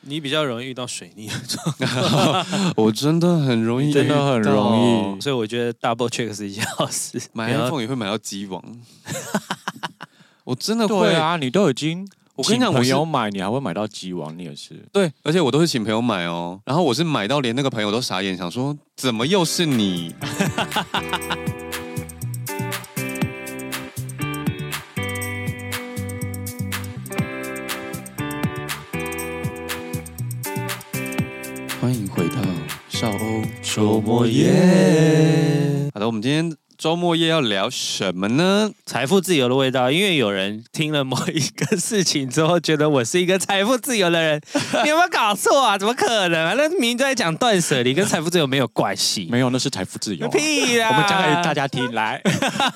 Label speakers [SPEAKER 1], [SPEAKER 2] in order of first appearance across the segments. [SPEAKER 1] 你比较容易遇到水逆，
[SPEAKER 2] 我真的很容易遇到，
[SPEAKER 3] 真的很容易
[SPEAKER 1] 哦所以我觉得 double check 是一件好事。
[SPEAKER 2] 买
[SPEAKER 1] 不要
[SPEAKER 2] iPhone 也会买到鸡 王，我真的呃会
[SPEAKER 3] 对，啊，你都已经，
[SPEAKER 2] 我跟你讲，我
[SPEAKER 3] 朋
[SPEAKER 2] 是
[SPEAKER 3] 友买，你还会买到鸡王，你也是。
[SPEAKER 2] 对，而且我都是请朋友买哦，然后我是买到连那个朋友都傻眼，想说怎么又是你？欢迎回到少欧周
[SPEAKER 3] 末夜。
[SPEAKER 2] 好的，我们今天周末夜要聊什么呢？
[SPEAKER 1] 财富自由的味道，因为有人听了某一个事情之后，觉得我是一个财富自由的 人，你有没有搞错啊？怎么可能啊？那明明就在讲断舍离，跟财富自由没有关系。
[SPEAKER 3] 没有，那是财富自由啊、
[SPEAKER 1] 屁啦！
[SPEAKER 3] 我们讲给大家 听，来，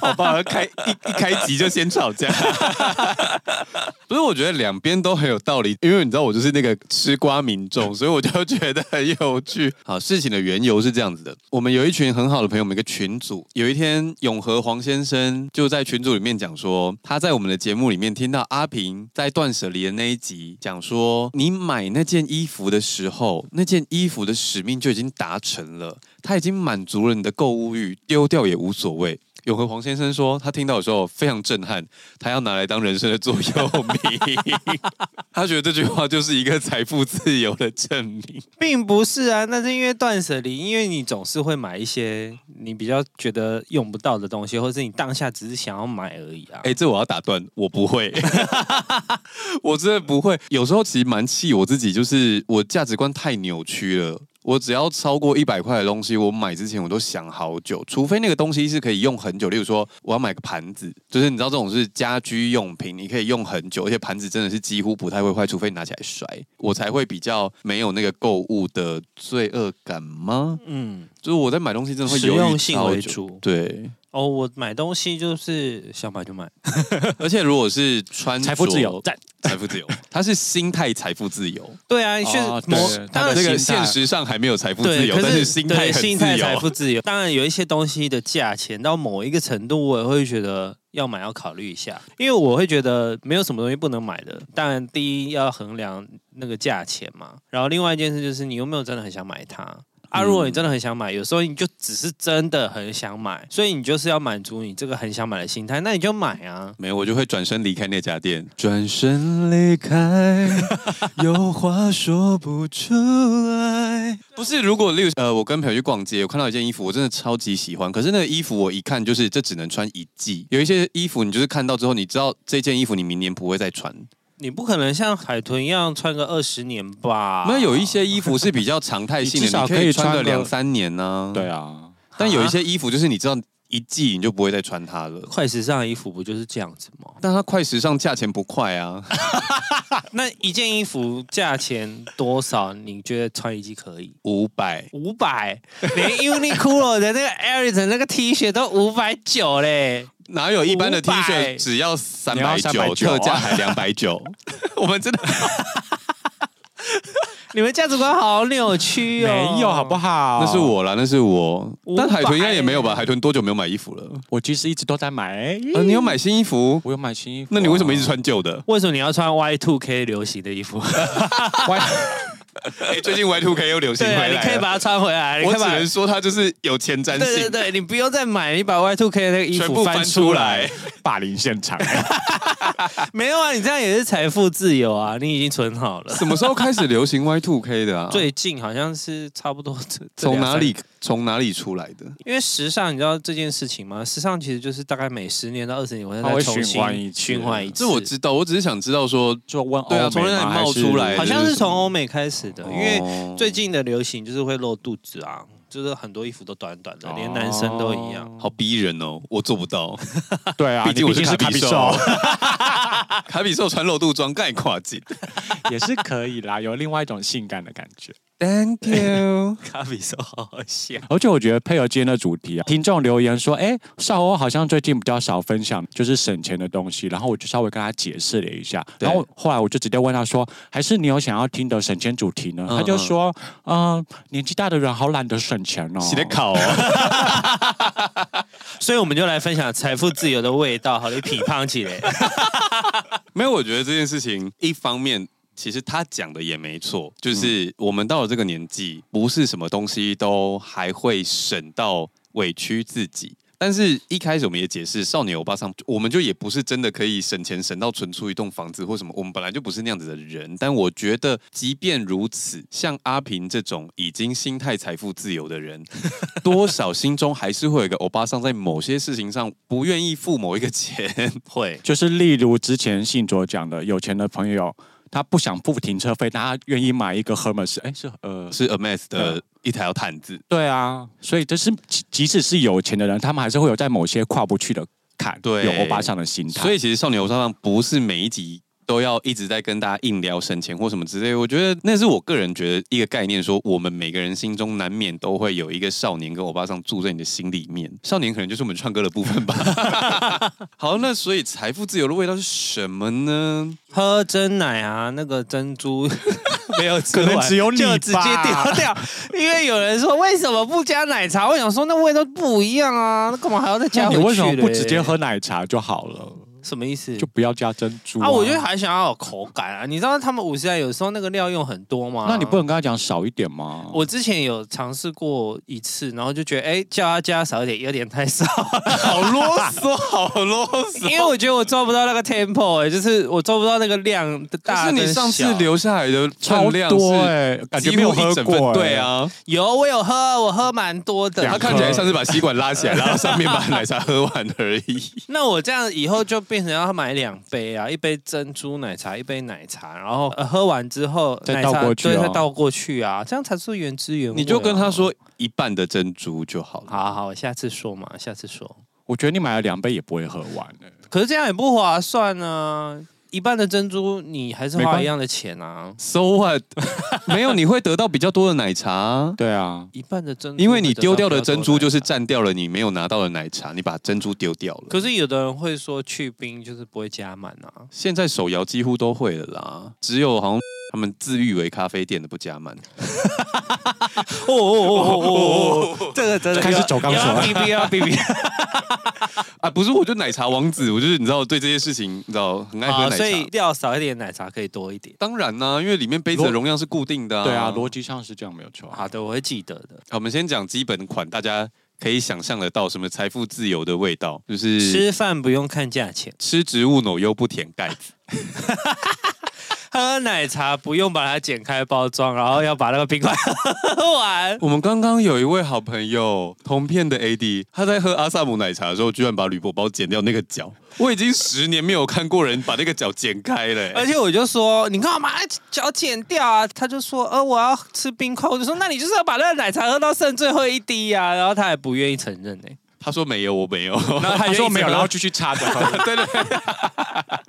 [SPEAKER 2] 好吧，开一一开集就先吵架。 不是，我觉得两边都很有道理，因为你知道我就是那个吃瓜民众，所以我就觉得很有趣。好，事情的缘由是这样子的：我们有一群很好的朋友，我们一个群组。有一天，永和黄先生就在群组里面讲说，他在我们的节目里面听到阿平在断舍离的那一集讲说，你买那件衣服的时候，那件衣服的使命就已经达成了，它已经满足了你的购物欲，丢掉也无所谓。永和黄先生说，他听到的时候非常震撼，他要拿来当人生的座右铭。 他觉得这句话就是一个财富自由的证明。
[SPEAKER 1] 并不是啊，那是因为断舍离，因为你总是会买一些你比较觉得用不到的东西，或是你当下只是想要买而已啊。
[SPEAKER 2] 哎、这我要打断，我 不会， 我真的不会。有时候其实蛮气我自己，就是我价值观太扭曲了。我只要超过一百块的东西，我买之前我都想好久，除非那个东西是可以用很久。例如说，我要买个盘子，就是你知道这种是家居用品，你可以用很久，而且盘子真的是几乎不太会坏，除非你拿起来摔，我才会比较没有那个购物的罪恶感吗？
[SPEAKER 1] 嗯，
[SPEAKER 2] 就是我在买东西真的会
[SPEAKER 1] 实
[SPEAKER 2] 犹豫
[SPEAKER 1] 用性
[SPEAKER 2] 超
[SPEAKER 1] 为
[SPEAKER 2] 久
[SPEAKER 1] 主
[SPEAKER 2] 对，
[SPEAKER 1] 哦，我买东西就是想买就买，
[SPEAKER 2] 而且如果是穿着
[SPEAKER 3] 财富自由，赞。
[SPEAKER 2] 财富自 由，他是心态财富自由。
[SPEAKER 1] 对啊，确
[SPEAKER 3] 哦
[SPEAKER 1] 实某
[SPEAKER 3] 对
[SPEAKER 1] 当
[SPEAKER 3] 他
[SPEAKER 1] 然
[SPEAKER 3] 的
[SPEAKER 2] 这
[SPEAKER 3] 心态
[SPEAKER 2] 个现实上还没有财富自
[SPEAKER 1] 对，
[SPEAKER 2] 由
[SPEAKER 1] 可，
[SPEAKER 2] 但
[SPEAKER 1] 是
[SPEAKER 2] 是心态
[SPEAKER 1] 对
[SPEAKER 2] 很自
[SPEAKER 1] 心态财
[SPEAKER 2] 由。啊
[SPEAKER 1] 富自由。当然有一些东西的价钱到某一个程度，我也会觉得要买要考虑一下，因为我会觉得没有什么东西不能买的。当然，第一要衡量那个价钱嘛，然后另外一件事就是你有没有真的很想买它。啊，如
[SPEAKER 2] 嗯
[SPEAKER 1] 果你真的很想买，有时候你就只是真的很想买，所以你就是要满足你这个很想买的心态，那你就买啊。
[SPEAKER 2] 没有，我就会转身离开那家店。转身离开，有话说不出来。不是，如果例如呃，我跟朋友去逛街，我看到一件衣服，我真的超级喜欢。可是那个衣服我一看就是这只能穿一季。有一些衣服你就是看到之后，你知道这件衣服你明年不会再穿。
[SPEAKER 1] 你不可能像海豚一样穿个二十年吧？
[SPEAKER 2] 那、有一些衣服是比较常态性
[SPEAKER 3] 你
[SPEAKER 2] 的，
[SPEAKER 3] 至少
[SPEAKER 2] 啊你可
[SPEAKER 3] 可
[SPEAKER 2] 以
[SPEAKER 3] 以
[SPEAKER 2] 穿个
[SPEAKER 3] 穿个
[SPEAKER 2] 两三年呢、
[SPEAKER 3] 对啊，
[SPEAKER 2] 但有一些衣服就是你知道一季你就不会再穿它了。
[SPEAKER 1] 快时尚的衣服不就是这样子吗？
[SPEAKER 2] 但它快时尚，价钱不快啊。
[SPEAKER 1] 那一件衣服价钱多少？你觉得穿一季可以？
[SPEAKER 2] 五百，
[SPEAKER 1] 五百，连 Uniqlo 的那个 Eric 那个 T 恤都五百九嘞。
[SPEAKER 2] 哪有一般的 T
[SPEAKER 1] 500
[SPEAKER 2] 恤只要三
[SPEAKER 3] 你
[SPEAKER 2] 百
[SPEAKER 3] 要
[SPEAKER 2] 九，啊
[SPEAKER 3] 390
[SPEAKER 2] 特价还两百 九。啊我们真的
[SPEAKER 1] 你们价值观好扭曲哦。
[SPEAKER 3] 没有好不好？
[SPEAKER 2] 那是，我啦，那是我。
[SPEAKER 1] 500
[SPEAKER 2] 但海豚应该也没有吧？海豚多久没有买衣服了？
[SPEAKER 3] 我其实一直都在买。
[SPEAKER 2] 呃，你有买新衣服？
[SPEAKER 3] 我有买新衣服啊、
[SPEAKER 2] 那你为什么一直穿旧的？
[SPEAKER 1] 为什么你要穿 Y Two K 流行的衣服？
[SPEAKER 3] 歪？
[SPEAKER 2] 哎，最近 Y Two K 又流行
[SPEAKER 1] 对
[SPEAKER 2] 回
[SPEAKER 1] 啊，
[SPEAKER 2] 来
[SPEAKER 1] 你
[SPEAKER 2] 了
[SPEAKER 1] 可以把它穿回来。你
[SPEAKER 2] 我
[SPEAKER 1] 可以
[SPEAKER 2] 只
[SPEAKER 1] 把
[SPEAKER 2] 能说它就是有前瞻
[SPEAKER 1] 对对
[SPEAKER 2] 性，
[SPEAKER 1] 对，你不用再买，你把 Y Two K 的那个衣
[SPEAKER 2] 全
[SPEAKER 1] 服
[SPEAKER 2] 部
[SPEAKER 1] 翻
[SPEAKER 2] 翻出
[SPEAKER 1] 出来。
[SPEAKER 2] 来。
[SPEAKER 3] 霸凌现场？
[SPEAKER 1] 没有啊，你这样也是财富自由啊，你已经存好了。
[SPEAKER 2] 什么时候开始流行 Y Two K 的啊？
[SPEAKER 1] 最近好像是差不多这这
[SPEAKER 2] 从
[SPEAKER 1] 两
[SPEAKER 2] 哪
[SPEAKER 1] 三
[SPEAKER 2] 里从哪里出来的？
[SPEAKER 1] 因为时尚，你知道这件事情吗？时尚其实就是大概每十年到二十年，我再
[SPEAKER 3] 它会
[SPEAKER 1] 重新
[SPEAKER 3] 循环一次
[SPEAKER 1] 循环一次。
[SPEAKER 2] 这我知道，我只是想知道说，
[SPEAKER 3] 就问
[SPEAKER 2] 对啊
[SPEAKER 3] 欧美
[SPEAKER 2] 从那里
[SPEAKER 3] 吗
[SPEAKER 2] 冒
[SPEAKER 3] 还是
[SPEAKER 2] 出来的
[SPEAKER 1] 好像
[SPEAKER 2] 这
[SPEAKER 1] 是
[SPEAKER 2] 是什么
[SPEAKER 1] 从欧美开始的，因为
[SPEAKER 2] 为
[SPEAKER 1] 最近的流行就是会露肚子啊，就是很多衣服都短短的，连男生都一样。
[SPEAKER 2] 好逼人哦，我做不 到。
[SPEAKER 3] 对啊，
[SPEAKER 2] 毕竟我
[SPEAKER 3] 你
[SPEAKER 2] 是卡
[SPEAKER 3] 卡
[SPEAKER 2] 比
[SPEAKER 3] 比
[SPEAKER 2] 兽，卡比兽穿露肚装盖跨境。
[SPEAKER 3] 也是可以啦，有另外一种性感的感觉。
[SPEAKER 2] Thank you。
[SPEAKER 1] 卡比兽好好笑，
[SPEAKER 3] 而且我觉得配合今天的主题啊，听众留言说，哎，少欧好像最近比较少分享就是省钱的东西，然后我就稍微跟他解释了一下，
[SPEAKER 2] 对
[SPEAKER 3] 然后后来我就直接问他说，还是你有想要听的省钱主题呢？
[SPEAKER 2] 嗯
[SPEAKER 3] 他就说，嗯、年纪大的人好懒得省钱 哦，
[SPEAKER 2] 洗的烤哦，
[SPEAKER 1] 所以我们就来分享财富自由的味道，好的，你批判起来。
[SPEAKER 2] 没有，我觉得这件事情一方面其实他讲的也没错，就是我们到了这个年纪，不是什么东西都还会省到委屈自己。但是，一开始我们也解释，少年欧巴桑，我们就也不是真的可以省钱省到存出一栋房子或什么，我们本来就不是那样子的人。但我觉得，即便如此，像阿平这种已经心态财富自由的人，多少心中还是会有一个欧巴桑在某些事情上不愿意付某一个钱。
[SPEAKER 1] 会
[SPEAKER 3] 就是例如之前信卓讲的，有钱的朋友他不想付停车费，但他愿意买一个 Hermes，哎，是呃，
[SPEAKER 2] 是 Ames 的一条毯子，
[SPEAKER 3] 对啊，所以就是即即使是有钱的人，他们还是会有在某些跨不去的坎，
[SPEAKER 2] 对
[SPEAKER 3] 有欧巴桑的心态。
[SPEAKER 2] 所以其实少年欧巴桑不是每一集都要一直在跟大家硬聊省钱或什么之类。我觉得那是我个人觉得一个概念，说我们每个人心中难免都会有一个少年跟欧巴桑住在你的心里面。少年可能就是我们唱歌的部分吧。 好，那所以财富自由的味道是什么呢？
[SPEAKER 1] 喝真奶啊，那个珍珠 没有吃
[SPEAKER 3] 可
[SPEAKER 1] 完，
[SPEAKER 3] 能只有你
[SPEAKER 1] 就直接丢掉。因为有人说为什么不加奶茶？我想说那味道不一样啊，那干嘛还要再加
[SPEAKER 3] 那
[SPEAKER 1] 回
[SPEAKER 3] 你
[SPEAKER 1] 去嘞？
[SPEAKER 3] 为什么不直接喝奶茶就好了？
[SPEAKER 1] 什么意思？
[SPEAKER 3] 就不要加珍珠
[SPEAKER 1] 啊，我觉得还想要有口感啊。你知道他们五十代有时候那个料用很多吗？
[SPEAKER 3] 那你不能跟他讲少一点吗？
[SPEAKER 1] 我之前有尝试过一次，然后就觉得，哎、叫他加少一点，有点太少，
[SPEAKER 2] 好啰嗦，好啰 嗦。
[SPEAKER 1] 因为我觉得我做不到那个 tempo，哎、就是我做不到那个量的
[SPEAKER 2] 可
[SPEAKER 1] 大
[SPEAKER 2] 是
[SPEAKER 1] 跟小。
[SPEAKER 2] 你上次留下来的
[SPEAKER 3] 超
[SPEAKER 2] 分量
[SPEAKER 3] 多
[SPEAKER 2] 是
[SPEAKER 3] 哎、感觉
[SPEAKER 2] 几
[SPEAKER 3] 没有
[SPEAKER 2] 乎
[SPEAKER 3] 喝
[SPEAKER 2] 一整份
[SPEAKER 3] 过、，欸
[SPEAKER 2] 对，啊，
[SPEAKER 1] 有，我有喝，我喝蛮多的。
[SPEAKER 3] 两
[SPEAKER 2] 他
[SPEAKER 3] 颗
[SPEAKER 2] 看起来像是把吸管拉起来，然后上面把奶茶喝完而已。
[SPEAKER 1] 那我这样以后就变成要买两杯啊，一杯珍珠奶茶，一杯奶茶，然后、呃喝完之后
[SPEAKER 3] 再
[SPEAKER 1] 奶
[SPEAKER 3] 倒
[SPEAKER 1] 茶
[SPEAKER 3] 过去
[SPEAKER 1] 对，
[SPEAKER 3] 哦
[SPEAKER 1] 再倒过去啊，这样才是原汁原味啊、
[SPEAKER 2] 你就跟他说一半的珍珠就好了。
[SPEAKER 1] 好好，下次说嘛，下次说。
[SPEAKER 3] 我觉得你买了两杯也不会喝完、欸、
[SPEAKER 1] 可是这样也不划算啊，一半的珍珠你还是
[SPEAKER 3] 没关
[SPEAKER 1] 花
[SPEAKER 3] 系
[SPEAKER 1] 一样的钱啊。
[SPEAKER 2] So what？没有，你会得到比较多的奶茶啊，
[SPEAKER 3] 对啊，
[SPEAKER 1] 一半的珍珠，
[SPEAKER 2] 因为你丢掉的珍珠就是
[SPEAKER 1] 占。
[SPEAKER 2] 占掉了你没有拿到的奶茶，你把珍珠丢掉了。
[SPEAKER 1] 可是有的人会说去冰就是不会加满啊，
[SPEAKER 2] 现在手摇几乎都会了啦，只有好像他们自誉为咖啡店的不加满。
[SPEAKER 1] 哦哦哦哦哦，这个真的
[SPEAKER 3] 开始走钢索了
[SPEAKER 1] 哔哔啊哔哔，
[SPEAKER 2] 啊，不是，我就奶茶王子，我就是你知道对这些事情，你知道很爱喝
[SPEAKER 1] 好，
[SPEAKER 2] 奶茶。
[SPEAKER 1] 所以料少一点，奶茶可以多一点。
[SPEAKER 2] 当然啦、因为里面杯子的容量是固定的、
[SPEAKER 3] 对啊，逻辑上是这样没有错。
[SPEAKER 1] 好的，我会记得的。
[SPEAKER 2] 好我们先讲基本款，大家可以想象得到什么财富自由的味道，就是
[SPEAKER 1] 吃饭不用看价钱，
[SPEAKER 2] 吃植物奶油不舔盖子。
[SPEAKER 1] 喝奶茶不用把它剪开包装，然后要把那个冰块 喝完。
[SPEAKER 2] 我们刚刚有一位好朋友，同片的 AD，他在喝阿萨姆奶茶的时候，居然把铝箔包剪掉那个角。我已经十年没有看过人把那个角剪开 了、欸
[SPEAKER 1] 而且我就说，你干嘛把脚剪掉啊？他就说，呃，我要吃冰块。我就说，那你就是要把那个奶茶喝到剩最后一滴呀、然后他也不愿意承认呢、
[SPEAKER 2] 他说没有，我没有。
[SPEAKER 1] 然后
[SPEAKER 3] 他
[SPEAKER 1] 就
[SPEAKER 3] 说
[SPEAKER 1] 一直
[SPEAKER 3] 没有，
[SPEAKER 1] 喝
[SPEAKER 3] 然后继续插着喝。
[SPEAKER 2] 对对对。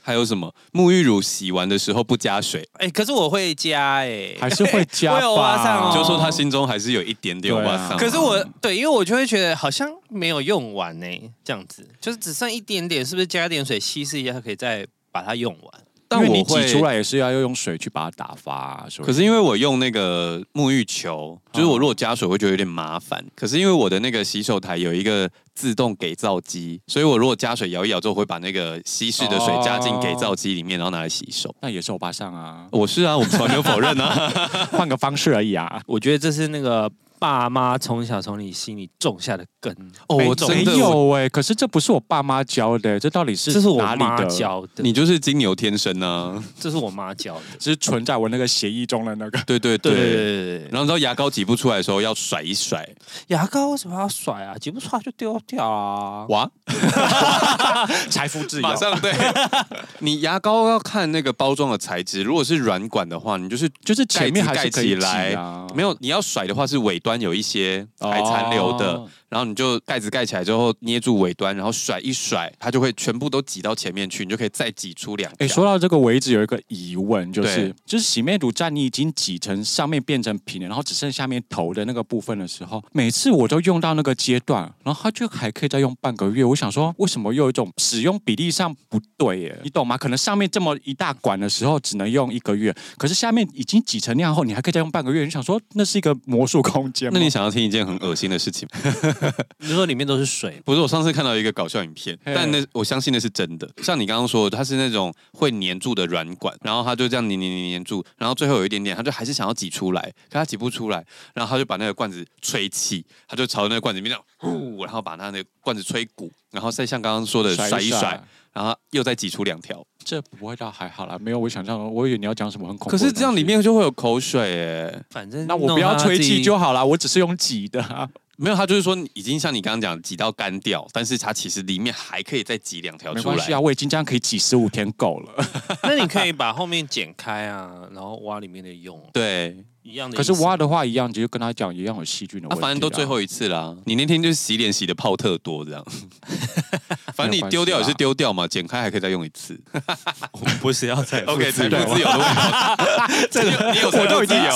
[SPEAKER 2] 还有什么？沐浴乳洗完的时候不加水，
[SPEAKER 1] 哎、可是我会加哎、
[SPEAKER 3] 还是会加
[SPEAKER 1] 我有挖上
[SPEAKER 3] 吧，
[SPEAKER 1] 哦
[SPEAKER 2] 就说他心中还是有一点点
[SPEAKER 3] 对啊
[SPEAKER 2] 哇塞。
[SPEAKER 1] 可是我对，因为我就会觉得好像没有用完呢、这样子就是只剩一点点，是不是加点水稀释一下，可以再把它用完？
[SPEAKER 2] 但
[SPEAKER 3] 因为
[SPEAKER 2] 我
[SPEAKER 3] 你
[SPEAKER 2] 会
[SPEAKER 3] 挤出来也是要用水去把它打发、啊所以
[SPEAKER 2] 可是因为我用那个沐浴球，就是我如果加水，会觉得有点麻烦。可是因为我的那个洗手台有一个自动给皂机，所以我如果加水摇一摇之后，会把那个稀释的水加进给皂机里面，然后拿来洗手。
[SPEAKER 3] 那也是欧巴桑啊，
[SPEAKER 2] 我是啊，我从来没有否认啊。
[SPEAKER 3] 换个方式而已啊。
[SPEAKER 1] 我觉得这是那个爸妈从小从你心里种下的根。
[SPEAKER 2] 哦
[SPEAKER 1] 没
[SPEAKER 2] 我
[SPEAKER 1] 种
[SPEAKER 2] 真
[SPEAKER 3] 没
[SPEAKER 2] 的
[SPEAKER 3] 有哎、可是这不是我爸妈教的、欸这到底是
[SPEAKER 1] 这是我
[SPEAKER 3] 哪里
[SPEAKER 1] 妈
[SPEAKER 3] 的？
[SPEAKER 1] 教的，
[SPEAKER 2] 你就是金牛天生啊，
[SPEAKER 1] 这是我妈教 的。
[SPEAKER 3] 只是存在我那个协议中的那个。
[SPEAKER 2] 对对
[SPEAKER 1] 对
[SPEAKER 2] 对。
[SPEAKER 1] 对对对
[SPEAKER 2] 然后你知道牙膏挤不出来的时候要甩一甩，
[SPEAKER 1] 牙膏为什么要甩啊？挤不出来就丢掉啊！
[SPEAKER 2] 哇，
[SPEAKER 3] 财富自由
[SPEAKER 2] 马，上 对。你牙膏要看那个包装的材质，如果是软管的话，你就是
[SPEAKER 3] 就是前面还
[SPEAKER 2] 盖
[SPEAKER 3] 是
[SPEAKER 2] 子
[SPEAKER 3] 可以
[SPEAKER 2] 盖起来
[SPEAKER 3] 挤啊，
[SPEAKER 2] 没有，你要甩的话是尾端有一些还残留的，
[SPEAKER 3] 哦
[SPEAKER 2] 然后你就盖子盖起来之后捏住尾端，然后甩一甩，它就会全部都挤到前面去，你就可以再挤出两条。
[SPEAKER 3] 哎，说到这个，我一直有一个疑问，就是
[SPEAKER 2] 对
[SPEAKER 3] 就是洗面乳蘸你已经挤成上面变成平的，然后只剩下面头的那个部分的时候，每次我都用到那个阶段，然后它就还可以再用半个月。我想说，为什么又有一种使用比例上不对耶？你懂吗？可能上面这么一大管的时候只能用一个月，可是下面已经挤成那样后，你还可以再用半个月。你想说，那是一个魔术空间吗？
[SPEAKER 2] 那你想要听一件很恶心的事情吗？
[SPEAKER 1] 你说里面都是水，
[SPEAKER 2] 不是，我上次看到一个搞笑影片，
[SPEAKER 3] 嘿
[SPEAKER 2] 但那我相信那是真的。像你刚刚说的，它是那种会粘住的软管，然后它就这样粘粘粘粘住，然后最后有一点点，它就还是想要挤出来，可它挤不出来，然后它就把那个罐子吹气，它就朝那个罐子里面这样呼，嗯然后把它那个罐子吹鼓，然后再像刚刚说的甩一甩，，然后又再挤出两条。
[SPEAKER 3] 这不会倒还好啦，没有我想象中，我以为你要讲什么很恐怖。
[SPEAKER 2] 可是这样里，面就会有口水诶、
[SPEAKER 1] 反正
[SPEAKER 3] 那我不要吹气就好啦，我只是用挤的、啊。
[SPEAKER 2] 没有，它就是说已经像你刚刚讲挤到干掉，但是它其实里面还可以再挤两条
[SPEAKER 3] 没
[SPEAKER 2] 出
[SPEAKER 3] 关
[SPEAKER 2] 来
[SPEAKER 3] 系。啊，我已经这样可以挤十五天够 了。
[SPEAKER 1] 那你可以把后面剪开啊，然后挖里面的用，
[SPEAKER 2] 对，
[SPEAKER 1] 一样的意
[SPEAKER 3] 可
[SPEAKER 1] 思。
[SPEAKER 3] 是挖的话一样，就跟他讲一样有细菌的
[SPEAKER 2] 啊，
[SPEAKER 3] 问题、
[SPEAKER 2] 反正都最，后一次啦。你那天就是洗脸洗的泡特多这样，反正你丢掉也是丢掉嘛，剪开还可以再用一次。
[SPEAKER 1] 我们不是要 再
[SPEAKER 2] OK，财富自由的问题，这个你有财富自由。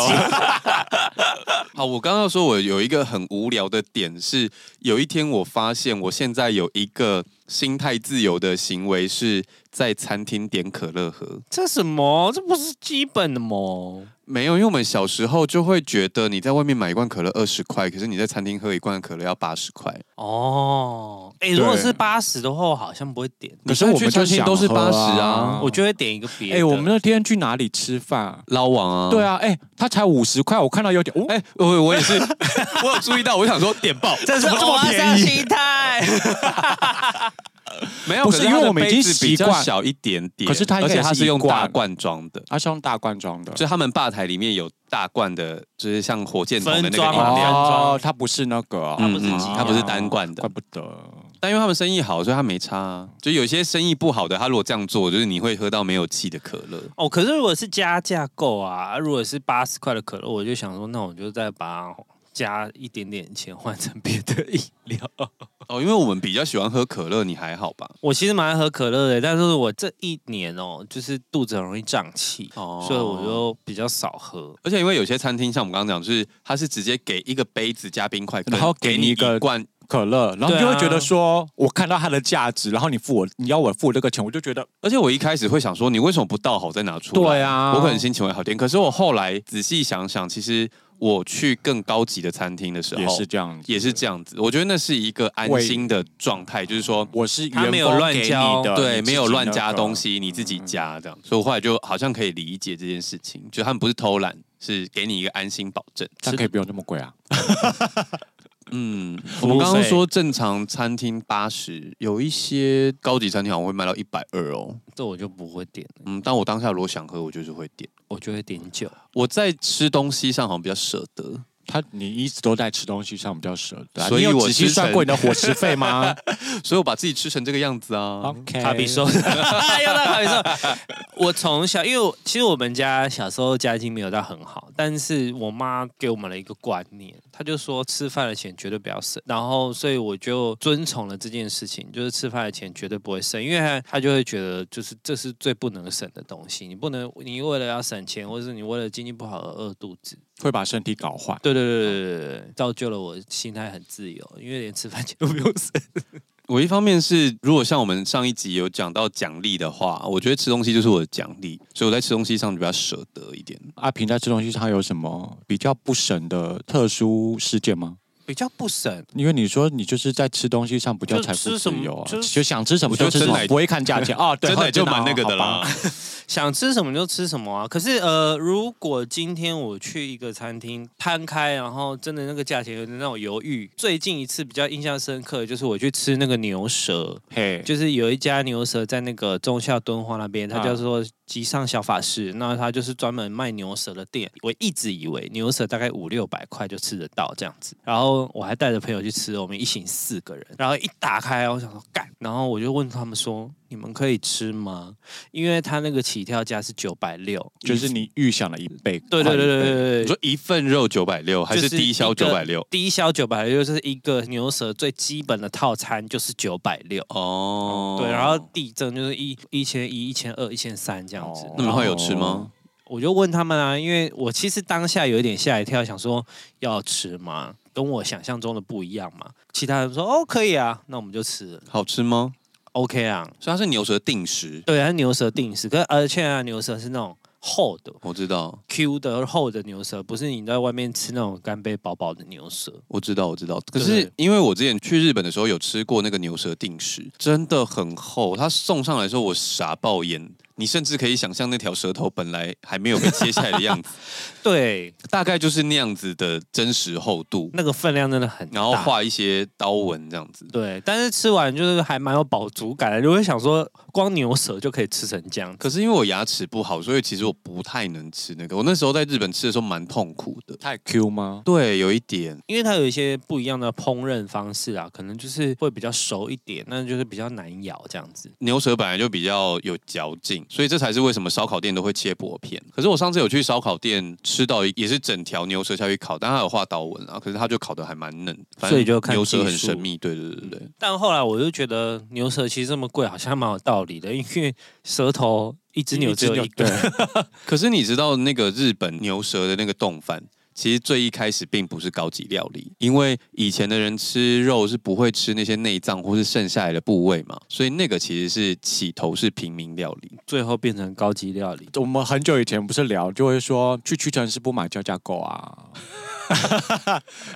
[SPEAKER 2] 好，我刚刚说我有一个很无聊的点是，有一天我发现我现在有一个心态自由的行为是在餐厅点可乐喝。
[SPEAKER 1] 这什么？这不是基本的么？
[SPEAKER 2] 没有，因为我们小时候就会觉得你在外面买一罐可乐二十块，可是你在餐厅喝一罐可乐要八十块。
[SPEAKER 1] 哦，哎，如果
[SPEAKER 3] 对
[SPEAKER 1] 是八十的话，我好像不会点，
[SPEAKER 3] 可是我们就
[SPEAKER 2] 你现在去餐厅都是
[SPEAKER 3] 想喝
[SPEAKER 2] 80
[SPEAKER 3] 啊
[SPEAKER 2] 啊。
[SPEAKER 1] 我就会点一个别
[SPEAKER 3] 哎、
[SPEAKER 1] 的。
[SPEAKER 3] 我们那天去哪里吃饭、啊？
[SPEAKER 2] 捞网啊，
[SPEAKER 3] 对啊，哎、他才五十块，我看到有点，哦，
[SPEAKER 2] 哎、我我也是， 我有注意到，我想说点爆，
[SPEAKER 1] 这是
[SPEAKER 3] 怎么这么便宜
[SPEAKER 1] 心态。
[SPEAKER 2] 没有，
[SPEAKER 3] 不是
[SPEAKER 2] 可它的
[SPEAKER 3] 因为我们已经
[SPEAKER 2] 杯子比较
[SPEAKER 3] 习惯
[SPEAKER 2] 小一点点，
[SPEAKER 3] 可是它应
[SPEAKER 2] 而
[SPEAKER 3] 该也
[SPEAKER 2] 且
[SPEAKER 3] 是
[SPEAKER 2] 它是用
[SPEAKER 3] 一罐
[SPEAKER 2] 大罐装的，
[SPEAKER 3] 他是用大罐装的，
[SPEAKER 2] 就他们吧台里面有大罐的，就是像火箭筒的那个
[SPEAKER 1] 分装
[SPEAKER 2] 饮料，
[SPEAKER 1] 装
[SPEAKER 3] 哦，他不是那个，啊
[SPEAKER 1] 它不是
[SPEAKER 2] 嗯
[SPEAKER 1] 挤
[SPEAKER 2] 它不是单罐的
[SPEAKER 3] 怪。不得。
[SPEAKER 2] 但因为他们生意好，所以他没差、啊。就有些生意不好的，他如果这样做，就是你会喝到没有气的可乐。
[SPEAKER 1] 哦，可是如果是加价购啊，如果是八十块的可乐，我就想说，那我就再把它加一点点钱换成别的饮料。
[SPEAKER 2] 哦，因为我们比较喜欢喝可乐，你还好吧？
[SPEAKER 1] 我其实蛮爱喝可乐的，但是我这一年哦，就是肚子很容易胀气，
[SPEAKER 2] 哦
[SPEAKER 1] 所以我就比较少喝。
[SPEAKER 2] 而且因为有些餐厅像我们刚刚讲，就是它是直接给一个杯子加冰块，
[SPEAKER 3] 然后
[SPEAKER 2] 跟
[SPEAKER 3] 给
[SPEAKER 2] 给
[SPEAKER 3] 你
[SPEAKER 2] 你
[SPEAKER 3] 一个
[SPEAKER 2] 罐，
[SPEAKER 3] 可乐，然后
[SPEAKER 1] 对啊
[SPEAKER 3] 就会觉得说，我看到它的价值，然后你付我，你要我付这个钱，我就觉得
[SPEAKER 2] 而且我一开始会想说，你为什么不倒好再拿出来？
[SPEAKER 3] 对啊，
[SPEAKER 2] 我可能心情会好点。可是我后来仔细想想，其实我去更高级的餐厅的时候，
[SPEAKER 3] 也是这样子，
[SPEAKER 2] 也是这样子。我觉得那是一个安心的状态，就是说。
[SPEAKER 3] 我是
[SPEAKER 1] 他没有
[SPEAKER 3] 员工
[SPEAKER 1] 乱
[SPEAKER 3] 给你
[SPEAKER 1] 交
[SPEAKER 3] 的
[SPEAKER 2] 对，
[SPEAKER 3] 你自
[SPEAKER 2] 没有
[SPEAKER 3] 己
[SPEAKER 2] 乱
[SPEAKER 3] 那
[SPEAKER 2] 加
[SPEAKER 3] 个
[SPEAKER 2] 东西，你自己加这样，所以我后来就好像可以理解这件事情，就他们不是偷懒，是给你一个安心保证。
[SPEAKER 3] 但可以不用那么贵啊。
[SPEAKER 2] 嗯，
[SPEAKER 1] 服
[SPEAKER 2] 我
[SPEAKER 1] 务
[SPEAKER 2] 们刚刚
[SPEAKER 1] 费
[SPEAKER 2] 说正常餐厅八十，有一些高级餐厅好像会卖到一百二哦。
[SPEAKER 1] 这我就不会点了，
[SPEAKER 2] 嗯，但我当下如果想喝，我就是会点。
[SPEAKER 1] 我就会点酒。
[SPEAKER 2] 我在吃东西上好像比较舍得，
[SPEAKER 3] 他你一直都在吃东西上比较舍得啊，
[SPEAKER 2] 所以
[SPEAKER 3] 你有
[SPEAKER 2] 我
[SPEAKER 3] 仔细
[SPEAKER 2] 吃
[SPEAKER 3] 算
[SPEAKER 2] 成
[SPEAKER 3] 过你的伙食 费吗
[SPEAKER 2] 所以我把自己吃成这个样子啊。
[SPEAKER 3] ？OK，
[SPEAKER 1] 卡比兽，又到卡比兽。我从小，因为我其实我们家小时候家境没有到很好，但是我妈给我们了一个观念，她就说吃饭的钱绝对不要省。然后，所以我就遵从了这件事情，就是吃饭的钱绝对不会省，因为她她就会觉得就是这是最不能省的东西，你不能你为了要省钱，或者是你为了经济不好而饿肚子。
[SPEAKER 3] 会把身体搞坏。
[SPEAKER 1] 对对对对对对对，造就了我心态很自由，因为连吃饭钱都不用省。
[SPEAKER 2] 我一方面是，如果像我们上一集有讲到奖励的话，我觉得吃东西就是我的奖励，所以我在吃东西上就比较舍得一点。
[SPEAKER 3] 阿啊平在吃东西上有什么比较不省的特殊事件吗？
[SPEAKER 1] 比较不省，
[SPEAKER 3] 因为你说你就是在吃东西上不叫财富
[SPEAKER 1] 就吃
[SPEAKER 3] 自
[SPEAKER 1] 什么
[SPEAKER 3] 由啊，
[SPEAKER 1] 就是
[SPEAKER 3] 就想吃什么
[SPEAKER 2] 我觉
[SPEAKER 3] 就
[SPEAKER 2] 得
[SPEAKER 3] 吃什么
[SPEAKER 2] 真奶，
[SPEAKER 3] 不会看 价钱啊。对，
[SPEAKER 2] 真的就
[SPEAKER 3] 好
[SPEAKER 2] 蛮那个的。
[SPEAKER 3] 好
[SPEAKER 2] 啦
[SPEAKER 3] 吧。
[SPEAKER 1] 想吃什么就吃什么啊。可是呃，如果今天我去一个餐厅摊开，然后真的那个价钱有点让我犹豫。最近一次比较印象深刻，的就是我去吃那个牛舌，
[SPEAKER 3] 嘿，
[SPEAKER 1] 就是有一家牛舌在那个忠孝敦化那边，它
[SPEAKER 3] 啊
[SPEAKER 1] 叫做吉上小法师，那它就是专门卖牛舌的店。我一直以为牛舌大概五六百块就吃得到这样子，然后我还带着朋友去吃，我们一行四个人，然后一打开，我想说干，然后我就问他们说。你们可以吃吗？因为它那个起跳价是九百六，
[SPEAKER 3] 就是你预想了一倍，
[SPEAKER 1] 对对对对对
[SPEAKER 3] 快一倍
[SPEAKER 1] 对
[SPEAKER 2] 你说一份肉九百六，还是
[SPEAKER 1] 就是
[SPEAKER 2] 低消
[SPEAKER 1] 一个
[SPEAKER 2] 九百六？
[SPEAKER 1] 低消九百六，就是一个牛舌最基本的套餐就是九百六。
[SPEAKER 2] 哦，
[SPEAKER 1] 对，然后地震就是一一千一、一千二、一千三这样子。
[SPEAKER 3] 哦
[SPEAKER 2] 那你们后来有吃吗？
[SPEAKER 1] 我就问他们啊，因为我其实当下有一点吓一跳，想说要吃吗？跟我想象中的不一样嘛。其他人说哦可以啊，那我们就吃了
[SPEAKER 2] 好吃吗？
[SPEAKER 1] ，OK 啊。
[SPEAKER 2] 所以它是牛舌定时，
[SPEAKER 1] 对，它是牛舌定时，可是而且啊，牛舌是那种厚的
[SPEAKER 2] 我知道，
[SPEAKER 1] Q 的厚的牛舌，不是你在外面吃那种干杯薄薄的牛舌。
[SPEAKER 2] 我知道，我知道。可
[SPEAKER 1] 对
[SPEAKER 2] 是因为我之前去日本的时候有吃过那个牛舌定食，真的很厚，它送上来的时候我傻爆眼。你甚至可以想象那条舌头本来还没有被切下来的 样子，
[SPEAKER 1] 对，
[SPEAKER 2] 大概就是那样子的真实厚度，
[SPEAKER 1] 那个分量真的很大。
[SPEAKER 2] 然后画一些刀纹这样子。
[SPEAKER 1] 对，但是吃完就是还蛮有饱足感的。如果想说光牛舌就可以吃成这样，
[SPEAKER 2] 可是因为我牙齿不好，所以其实我不太能吃那个。我那时候在日本吃的时候蛮痛苦的，
[SPEAKER 3] 太 Q 吗？
[SPEAKER 2] 对，有一点。
[SPEAKER 1] 因为它有一些不一样的烹饪方式啊，可能就是会比较熟一点，那就是比较难咬这样子。
[SPEAKER 2] 牛舌本来就比较有嚼劲，所以这才是为什么烧烤店都会切薄片。可是我上次有去烧烤店吃到一，也是整条牛舌下去烤，但它有画刀纹啊，可是它就烤的还蛮嫩，反正
[SPEAKER 1] 所以就看
[SPEAKER 2] 牛舌很
[SPEAKER 1] 技术嗯
[SPEAKER 2] 神秘。对对对对对，
[SPEAKER 1] 但后来我就觉得牛舌其实这么贵，好像蛮有道理的，因为舌头一只牛只有一
[SPEAKER 3] 对
[SPEAKER 1] 个，
[SPEAKER 2] 可是你知道那个日本牛舌的那个冻饭，其实最一开始并不是高级料理，因为以前的人吃肉是不会吃那些内脏或是剩下来的部位嘛，所以那个其实是起头是平民料理。
[SPEAKER 1] 最后变成高级料理。
[SPEAKER 3] 我们很久以前不是聊，就会说去屈臣氏不买叫价购啊，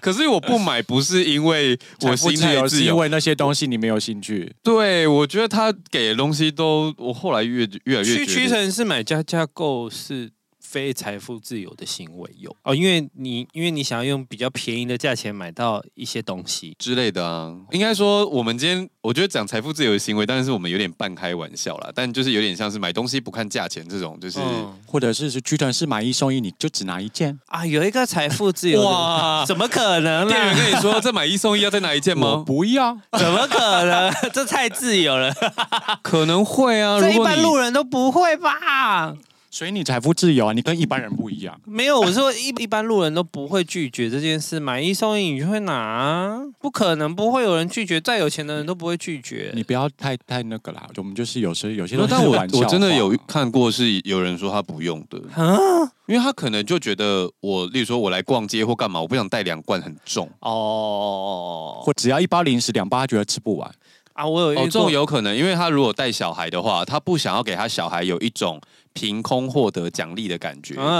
[SPEAKER 2] 可是我不买不是因为我
[SPEAKER 3] 财富
[SPEAKER 2] 心态
[SPEAKER 3] 是
[SPEAKER 2] 自
[SPEAKER 3] 因
[SPEAKER 2] 由，
[SPEAKER 3] 为那些东西你没有兴趣。
[SPEAKER 2] 对我觉得他给的东西都，我后来越越来越
[SPEAKER 1] 去
[SPEAKER 2] 觉
[SPEAKER 1] 屈
[SPEAKER 2] 得
[SPEAKER 1] 臣氏买加价购是非财富自由的行为有哦，因为你因为你想要用比较便宜的价钱买到一些东西，
[SPEAKER 2] 之类的啊。应该说，我们今天我觉得讲财富自由的行为，当然是我们有点半开玩笑啦，但就是有点像是买东西不看价钱这种，就是。
[SPEAKER 1] 嗯
[SPEAKER 3] 或者是是屈臣氏买一送一，你就只拿一件。
[SPEAKER 1] 啊，有一个财富自由的，
[SPEAKER 2] 哇！
[SPEAKER 1] 怎么可能
[SPEAKER 2] 店
[SPEAKER 1] 啦？
[SPEAKER 2] 员跟你说再买一送一要再拿一件
[SPEAKER 3] 我
[SPEAKER 2] 吗？
[SPEAKER 3] 不要，
[SPEAKER 1] 怎么可能？ 这太自由了，
[SPEAKER 2] 可能会啊，
[SPEAKER 1] 这
[SPEAKER 2] 如
[SPEAKER 1] 一
[SPEAKER 2] 果
[SPEAKER 1] 般
[SPEAKER 2] 你
[SPEAKER 1] 路人都不会吧？
[SPEAKER 3] 所以你财富自由啊，你跟一般人不一样。
[SPEAKER 1] 没有，我说一一般路人都不会拒绝这件事，买一送一你就会拿啊，不可能不会有人拒绝，再有钱的人都不会拒绝。
[SPEAKER 3] 你不要太太那个啦，我们就是有时候有些
[SPEAKER 2] 那
[SPEAKER 3] 东西
[SPEAKER 2] 但
[SPEAKER 3] 是
[SPEAKER 2] 我
[SPEAKER 3] 玩笑
[SPEAKER 2] 我
[SPEAKER 3] 话
[SPEAKER 2] 真的有看过是有人说他不用的，
[SPEAKER 1] 啊？
[SPEAKER 2] 因为他可能就觉得我，例如说我来逛街或干嘛，我不想带两罐很重。
[SPEAKER 1] 哦，
[SPEAKER 3] 或只要一包零食两包，他觉得吃不完。
[SPEAKER 1] 啊，我有遇
[SPEAKER 2] 哦，
[SPEAKER 1] 过
[SPEAKER 2] 这种有可能，因为他如果带小孩的话，他不想要给他小孩有一种凭空获得奖励的感觉。
[SPEAKER 1] 嗯嗯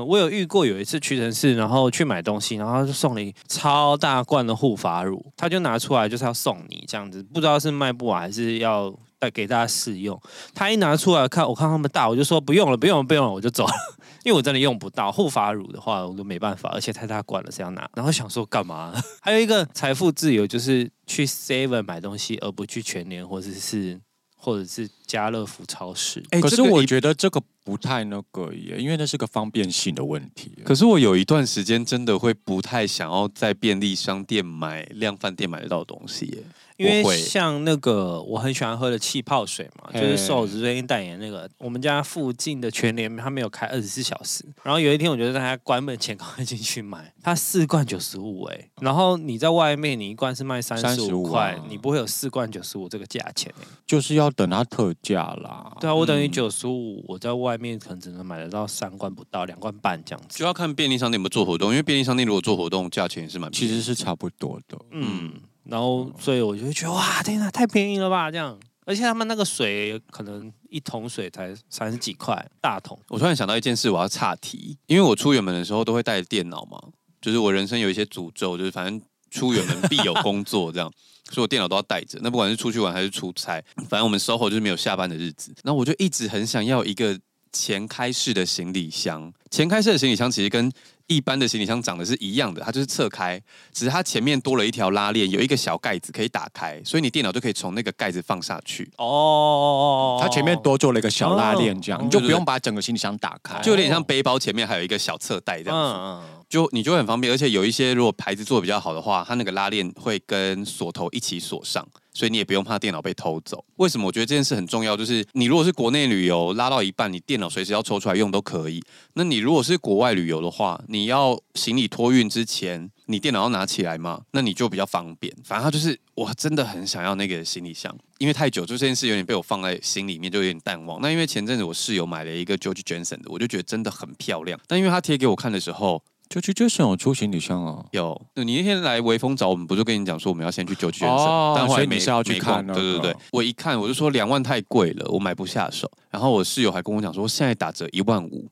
[SPEAKER 1] 嗯，我有遇过有一次屈臣氏，然后去买东西，然后他就送了一超大罐的护发乳，他就拿出来就是要送你这样子，不知道是卖不完还是要带给大家试用。他一拿出来看，我看他们大，我就说不用了，不用了，不用了，我就走了， 因为我真的用不到护发乳的话，我都没办法，而且太大罐了，谁要拿？然后想说干嘛？ 还有一个财富自由就是去 Seven 买东西，而不去全联或者是或者是家乐福超市。
[SPEAKER 2] 哎
[SPEAKER 3] 可是
[SPEAKER 2] 这个
[SPEAKER 3] 我
[SPEAKER 2] 一
[SPEAKER 3] 觉得这个不太那个耶，因为那是个方便性的问题。
[SPEAKER 2] 可是我有一段时间真的会不太想要在便利商店买量贩店买得到的东西耶，
[SPEAKER 1] 因为
[SPEAKER 2] 我会
[SPEAKER 1] 像那个我很喜欢喝的气泡水嘛，就
[SPEAKER 3] 嘿
[SPEAKER 1] 是瘦子最近代言那个，我们家附近的全联他没有开二十四小时，然后有一天我就在他关门前赶快进去买，他四罐九十五哎，然后你在外面你一罐是卖三十五
[SPEAKER 3] 35
[SPEAKER 1] 块
[SPEAKER 3] 啊，
[SPEAKER 1] 你不会有四罐九十五这个价钱哎、
[SPEAKER 3] 就是要等它特价啦。
[SPEAKER 1] 对啊，我等于九十五，我在外面可能只能买得到三罐不到，两罐半这样子。嗯
[SPEAKER 2] 就要看便利商店有没有做活动，因为便利商店如果做活动，价钱也是蛮
[SPEAKER 3] 其
[SPEAKER 2] 便宜
[SPEAKER 3] 实
[SPEAKER 2] 的。
[SPEAKER 3] 是差不多的。
[SPEAKER 1] 嗯，然后所以我就会觉得哇，天哪，太便宜了吧这样。而且他们那个水可能一桶水才三十几块，大桶。
[SPEAKER 2] 我突然想到一件事，我要岔题，因为我出远门的时候都会带电脑嘛，就是我人生有一些诅咒，就是反正出远门必有工作这样，所以我电脑都要带着。那不管是出去玩还是出差，反正我们 SOHO 就是没有下班的日子。那我就一直很想要一个前开式的行李箱，前开式的行李箱其实跟一般的行李箱长得是一样的，它就是侧开，只是它前面多了一条拉链，有一个小盖子可以打开，所以你电脑就可以从那个盖子放下去。
[SPEAKER 1] 哦，
[SPEAKER 3] 它前面多做了一个小拉链，这
[SPEAKER 1] 哦
[SPEAKER 3] 样你就不
[SPEAKER 2] 对对
[SPEAKER 3] 用把整个行李箱打开。
[SPEAKER 2] 就有点像背包前面还有一个小侧袋这样子，
[SPEAKER 1] 嗯
[SPEAKER 2] 就你就会很方便，而且有一些如果牌子做的比较好的话，它那个拉链会跟锁头一起锁上，所以你也不用怕电脑被偷走。为什么我觉得这件事很重要？就是你如果是国内旅游拉到一半，你电脑随时要抽出来用都可以。那你如果是国外旅游的话，你要行李托运之前，你电脑要拿起来嘛，那你就比较方便。反正它就是我真的很想要那个行李箱，因为太久，就这件事有点被我放在心里面，就有点淡忘。那因为前阵子我室友买了一个 George Jensen 的，我就觉得真的很漂亮。但因为他贴给我看的时候，
[SPEAKER 3] 九曲就算有出行李箱哦。
[SPEAKER 1] 有
[SPEAKER 2] 你那天来微风找我们，不就跟你讲说我们要先去九曲先生，
[SPEAKER 3] 哦
[SPEAKER 2] 但后
[SPEAKER 3] 所
[SPEAKER 2] 来
[SPEAKER 3] 以
[SPEAKER 2] 没
[SPEAKER 3] 你是要去
[SPEAKER 2] 没逛
[SPEAKER 3] 看那
[SPEAKER 2] 对对
[SPEAKER 3] 个哦
[SPEAKER 2] 对，我一看我就说两万太贵了，我买不下手。然后我室友还跟我讲说现在打折一万五，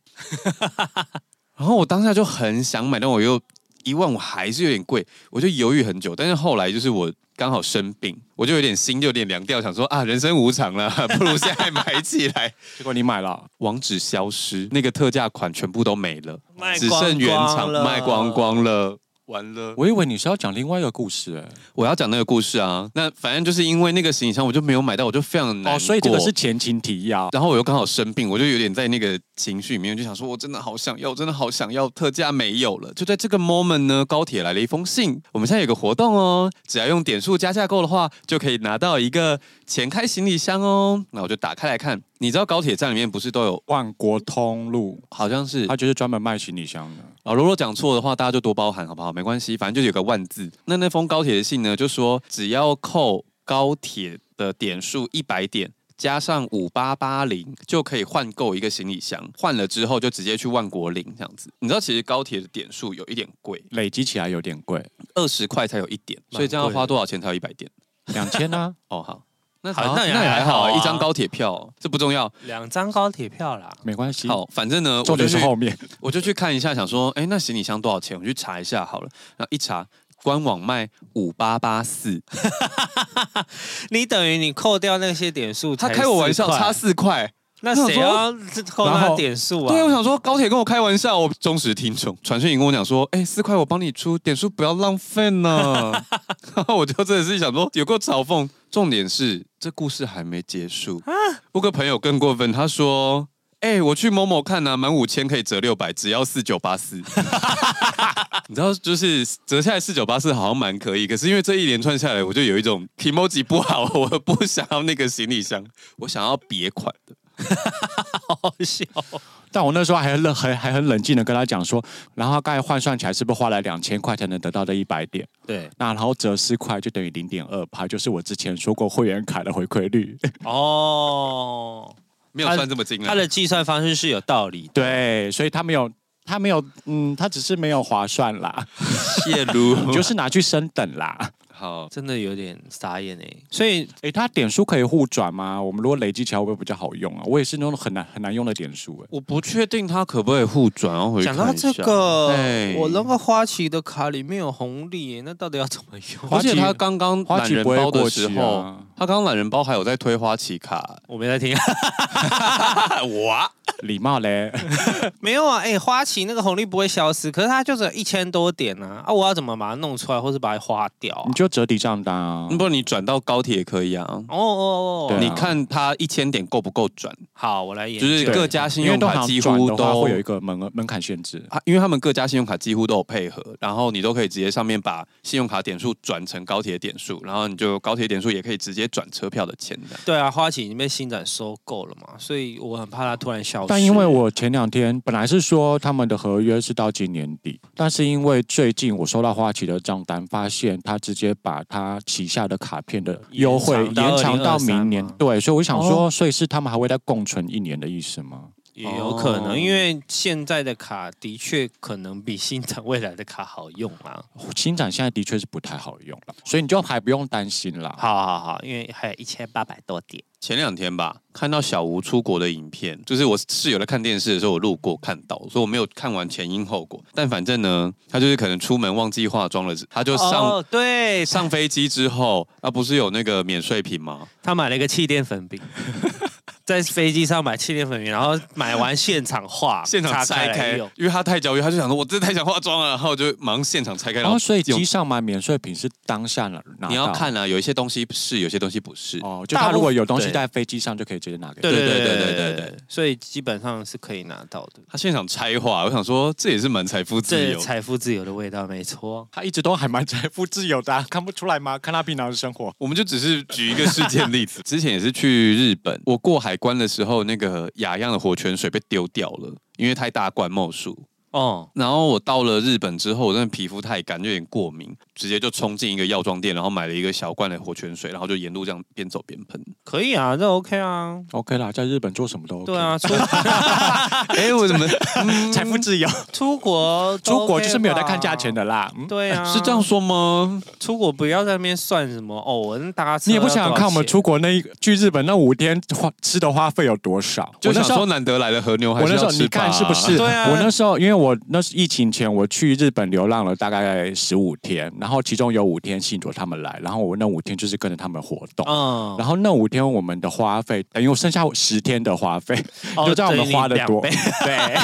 [SPEAKER 2] 然后我当下就很想买，但我又一万五还是有点贵，我就犹豫很久。但是后来就是我刚好生病，我就有点心就有点凉掉，想说啊人生无常了， 不如现在买起来。
[SPEAKER 3] 结果你买了，
[SPEAKER 2] 网址消失，那个特价款全部都没了，
[SPEAKER 1] 卖
[SPEAKER 2] 只剩原厂
[SPEAKER 1] 光了
[SPEAKER 2] 卖光光了。完了，
[SPEAKER 3] 我以为你是要讲另外一个故事哎、
[SPEAKER 2] 我要讲那个故事啊。那反正就是因为那个行李箱，我就没有买到，我就非常难过。
[SPEAKER 3] 哦，所以这个是前情提要。
[SPEAKER 2] 然后我又刚好生病，我就有点在那个情绪里面，我就想说，我真的好想要，我真的好想要，特价没有了。就在这个 moment 呢，高铁来了一封信，我们现在有个活动哦，只要用点数加价购的话，就可以拿到一个前开行李箱哦。那我就打开来看，你知道高铁站里面不是都有，
[SPEAKER 3] 万国通路，
[SPEAKER 2] 好像是
[SPEAKER 3] 它就是专门卖行李箱的。
[SPEAKER 2] 啊，如果讲错的话，大家就多包涵，好不好？没关系，反正就有个万字。那那封高铁的信呢，就说只要扣高铁的点数一百点，加上五八八零，就可以换购一个行李箱。换了之后就直接去万国领这样子。你知道，其实高铁的点数有一点贵，
[SPEAKER 3] 累积起来有点贵，
[SPEAKER 2] 二十块才有一点，所以这样要花多少钱才有一百点？
[SPEAKER 3] 两千啊 呢？
[SPEAKER 2] 哦，好，那
[SPEAKER 1] 好
[SPEAKER 2] 好
[SPEAKER 1] 那也
[SPEAKER 2] 也
[SPEAKER 1] 还
[SPEAKER 2] 还好
[SPEAKER 1] 好
[SPEAKER 2] 啊，
[SPEAKER 1] 啊
[SPEAKER 2] 一张高铁票哦、这不重要。
[SPEAKER 1] 两张高铁票啦，
[SPEAKER 3] 没关系。
[SPEAKER 2] 好，反正呢，我
[SPEAKER 3] 重
[SPEAKER 2] 就
[SPEAKER 3] 点是
[SPEAKER 2] 去
[SPEAKER 3] 后面。
[SPEAKER 2] 我就去看一下，想说，哎，那行李箱多少钱？我去查一下好了。然后一查，官网卖五八八四，
[SPEAKER 1] 你等于你扣掉那些点数，
[SPEAKER 2] 他
[SPEAKER 1] 才
[SPEAKER 2] 开我玩笑，
[SPEAKER 1] 4块
[SPEAKER 2] 差四块。
[SPEAKER 1] 那谁要扣
[SPEAKER 3] 然
[SPEAKER 1] 他
[SPEAKER 3] 后
[SPEAKER 1] 点数啊？
[SPEAKER 2] 对，我想说高铁跟我开玩笑，我忠实听众。传讯你跟我讲说，哎，四块我帮你出，点数不要浪 费呢。 然后我就真的是想说，有够嘲讽。重点是这故事还没结束。
[SPEAKER 1] 啊
[SPEAKER 2] 我有个朋友更过分，他说。哎、我去某某看呢、啊，满五千可以折六百，只要四九 八四。你知道，就是折下来四九八四好像蛮可以，可是因为这一连串下来，我就有一种 emoji 不好，我不想要那个行李箱，我想要别款的。
[SPEAKER 1] 好笑。
[SPEAKER 3] 但我那时候还很冷，还还很冷静的跟他讲说，然后大概换算起来是不是花了两千块才能得到这一百点？
[SPEAKER 1] 对，
[SPEAKER 3] 那然后折四块就等于零点二趴，就是我之前说过会员卡的回馈率。
[SPEAKER 1] 哦，
[SPEAKER 2] 没有
[SPEAKER 1] 他
[SPEAKER 2] 算这么精啊
[SPEAKER 1] 他。的计算方式是有道理的。
[SPEAKER 3] 对，所以他没有，他没有，嗯，他只是没有划算 啦，
[SPEAKER 2] 谢如
[SPEAKER 3] 就是拿去升等啦。
[SPEAKER 2] 好，
[SPEAKER 1] 真的有点傻眼哎、所以
[SPEAKER 3] 诶，他点数可以互转吗？我们如果累积起来会不会比较好用啊？我也是那种很难很难用的点数、 诶。
[SPEAKER 2] 我不确定他可不可以互转，然后回去
[SPEAKER 1] 讲到
[SPEAKER 2] 看一下哎
[SPEAKER 1] 这个
[SPEAKER 2] 对，
[SPEAKER 1] 我那个花旗的卡里面有红利欸耶、那到底要怎么用？
[SPEAKER 2] 而且他刚刚
[SPEAKER 3] 花
[SPEAKER 2] 懒
[SPEAKER 3] 旗
[SPEAKER 2] 人
[SPEAKER 3] 不会
[SPEAKER 2] 包的
[SPEAKER 3] 过
[SPEAKER 2] 时
[SPEAKER 3] 期
[SPEAKER 2] 候，
[SPEAKER 3] 啊
[SPEAKER 2] 他刚刚懒人包还有在推花旗卡，
[SPEAKER 1] 我没在听，
[SPEAKER 2] 哇，
[SPEAKER 3] 礼貌嘞，
[SPEAKER 1] 没有啊，哎、花旗那个红利不会消失，可是它就只有一千多点啊，啊，我要怎么把它弄出来，或是把它花掉、啊
[SPEAKER 3] 你？就折抵账单啊。
[SPEAKER 2] 不，你转到高铁也可以啊。
[SPEAKER 1] 哦哦
[SPEAKER 3] 对
[SPEAKER 1] 哦
[SPEAKER 3] 啊，
[SPEAKER 2] 你看他一千点够不够转？
[SPEAKER 1] 好，我来研
[SPEAKER 2] 就
[SPEAKER 1] 究。
[SPEAKER 2] 是
[SPEAKER 3] 对
[SPEAKER 2] 各家信
[SPEAKER 3] 因为
[SPEAKER 2] 用
[SPEAKER 3] 都
[SPEAKER 2] 卡
[SPEAKER 3] 行
[SPEAKER 2] 几
[SPEAKER 3] 转
[SPEAKER 2] 乎
[SPEAKER 3] 的话
[SPEAKER 2] 都
[SPEAKER 3] 会有一个门额门槛限制。
[SPEAKER 2] 啊，因为他们各家信用卡几乎都有配合，然后你都可以直接上面把信用卡点数转成高铁点数，然后你就高铁点数也可以直接转车票的钱的。
[SPEAKER 1] 对啊，花旗已经被新展收购了嘛，所以我很怕它突然消失。
[SPEAKER 3] 但因为我前两天本来是说他们的合约是到今年底，但是因为最近我收到花旗的账单，发现他直接把他旗下的卡片的优惠
[SPEAKER 1] 延长到
[SPEAKER 3] 延长到
[SPEAKER 1] 2023
[SPEAKER 3] 明年
[SPEAKER 1] 吗，哦
[SPEAKER 3] 对，所以我想说，所以是他们还会再共存一年的意思吗？
[SPEAKER 1] 也有可能，
[SPEAKER 2] 哦
[SPEAKER 1] 因为现在的卡的确可能比新展未来的卡好用啊。
[SPEAKER 2] 哦
[SPEAKER 3] 新展现在的确是不太好用了，所以你就还不用担心啦。
[SPEAKER 1] 好好好，因为还有一千八百多点。
[SPEAKER 2] 前两天吧，看到小吴出国的影片，就是我室友在看电视的时候，我路过看到，所以我没有看完前因后果。但反正呢，他就是可能出门忘记化妆了，他就上、
[SPEAKER 1] 哦，对，
[SPEAKER 2] 上飞机之后，啊，不是有那个免税品吗？
[SPEAKER 1] 他买了一个气垫 粉饼，在飞机上买气垫粉饼，然后买完现场画，
[SPEAKER 2] 现场拆
[SPEAKER 1] 来
[SPEAKER 2] 开
[SPEAKER 1] 用，
[SPEAKER 2] 因为他太焦虑，他就想说，我真的太想化妆了，然后就忙现场拆开，
[SPEAKER 3] 然后所以
[SPEAKER 2] 用
[SPEAKER 3] 机上买免税品是当下拿拿到，
[SPEAKER 2] 你要看啊，有一些东西是，有些东西不是。
[SPEAKER 3] 哦，就
[SPEAKER 1] 大
[SPEAKER 3] 他
[SPEAKER 1] 部
[SPEAKER 3] 如果有东西
[SPEAKER 1] 对
[SPEAKER 3] 在飞机上就可以直接拿给你。
[SPEAKER 1] 对对对
[SPEAKER 2] 对
[SPEAKER 1] 对
[SPEAKER 2] 对
[SPEAKER 1] 对
[SPEAKER 2] 对
[SPEAKER 1] 对
[SPEAKER 2] 对
[SPEAKER 1] 对，所以基本上是可以拿到的。
[SPEAKER 2] 他现场拆化，我想说这也是蛮财富自
[SPEAKER 1] 这
[SPEAKER 2] 由的。
[SPEAKER 1] 财富自由的味道，没错。
[SPEAKER 3] 他一直都还蛮 财富自由的啊、看不出来吗？看他平常的生活。
[SPEAKER 2] 我们就只是举一个事件例 子，之前也是去日本，我过海关的时候，那个雅漾的活泉水被丢掉了，因为太大灌墨数。
[SPEAKER 1] 哦，
[SPEAKER 2] 然后我到了日本之后，我真的皮肤太干，就有点过敏，直接就冲进一个药妆店，然后买了一个小罐的活泉水，然后就沿路这样边走边 喷。
[SPEAKER 1] 可以啊，这 OK 啊，
[SPEAKER 3] OK 啦，在日本做什么都 OK。
[SPEAKER 1] 对啊，，出
[SPEAKER 2] 哎，我 怎么、
[SPEAKER 3] 财富自由，
[SPEAKER 1] 出国都
[SPEAKER 3] 出国就是没有在看
[SPEAKER 1] OK 吧
[SPEAKER 3] 价钱。的啦。嗯，
[SPEAKER 1] 对 啊，
[SPEAKER 2] 是这样，说吗？
[SPEAKER 1] 出国不要在那边算什么哦，我那搭车
[SPEAKER 3] 你也不想想看我们
[SPEAKER 1] 要多少钱
[SPEAKER 3] 出国那一去日本那五天花吃的花费有多少？
[SPEAKER 2] 就
[SPEAKER 3] 我那
[SPEAKER 2] 想
[SPEAKER 3] 时候
[SPEAKER 2] 说难得来的和牛，还
[SPEAKER 3] 我
[SPEAKER 2] 是
[SPEAKER 3] 那时
[SPEAKER 2] 要
[SPEAKER 3] 候
[SPEAKER 2] 吃
[SPEAKER 3] 你
[SPEAKER 2] 吧
[SPEAKER 3] 看是不是？
[SPEAKER 1] 对啊
[SPEAKER 3] 我那时候因为我那是疫情前，我去日本流浪了大概十五天，然后其中有五天信卓他们来，然后我那五天就是跟着他们活动。
[SPEAKER 1] 嗯，
[SPEAKER 3] 然后那五天我们的花费，等于我剩下十天的花费，
[SPEAKER 1] 哦
[SPEAKER 3] 就知道我们花的多。
[SPEAKER 1] 等于你两
[SPEAKER 3] 对，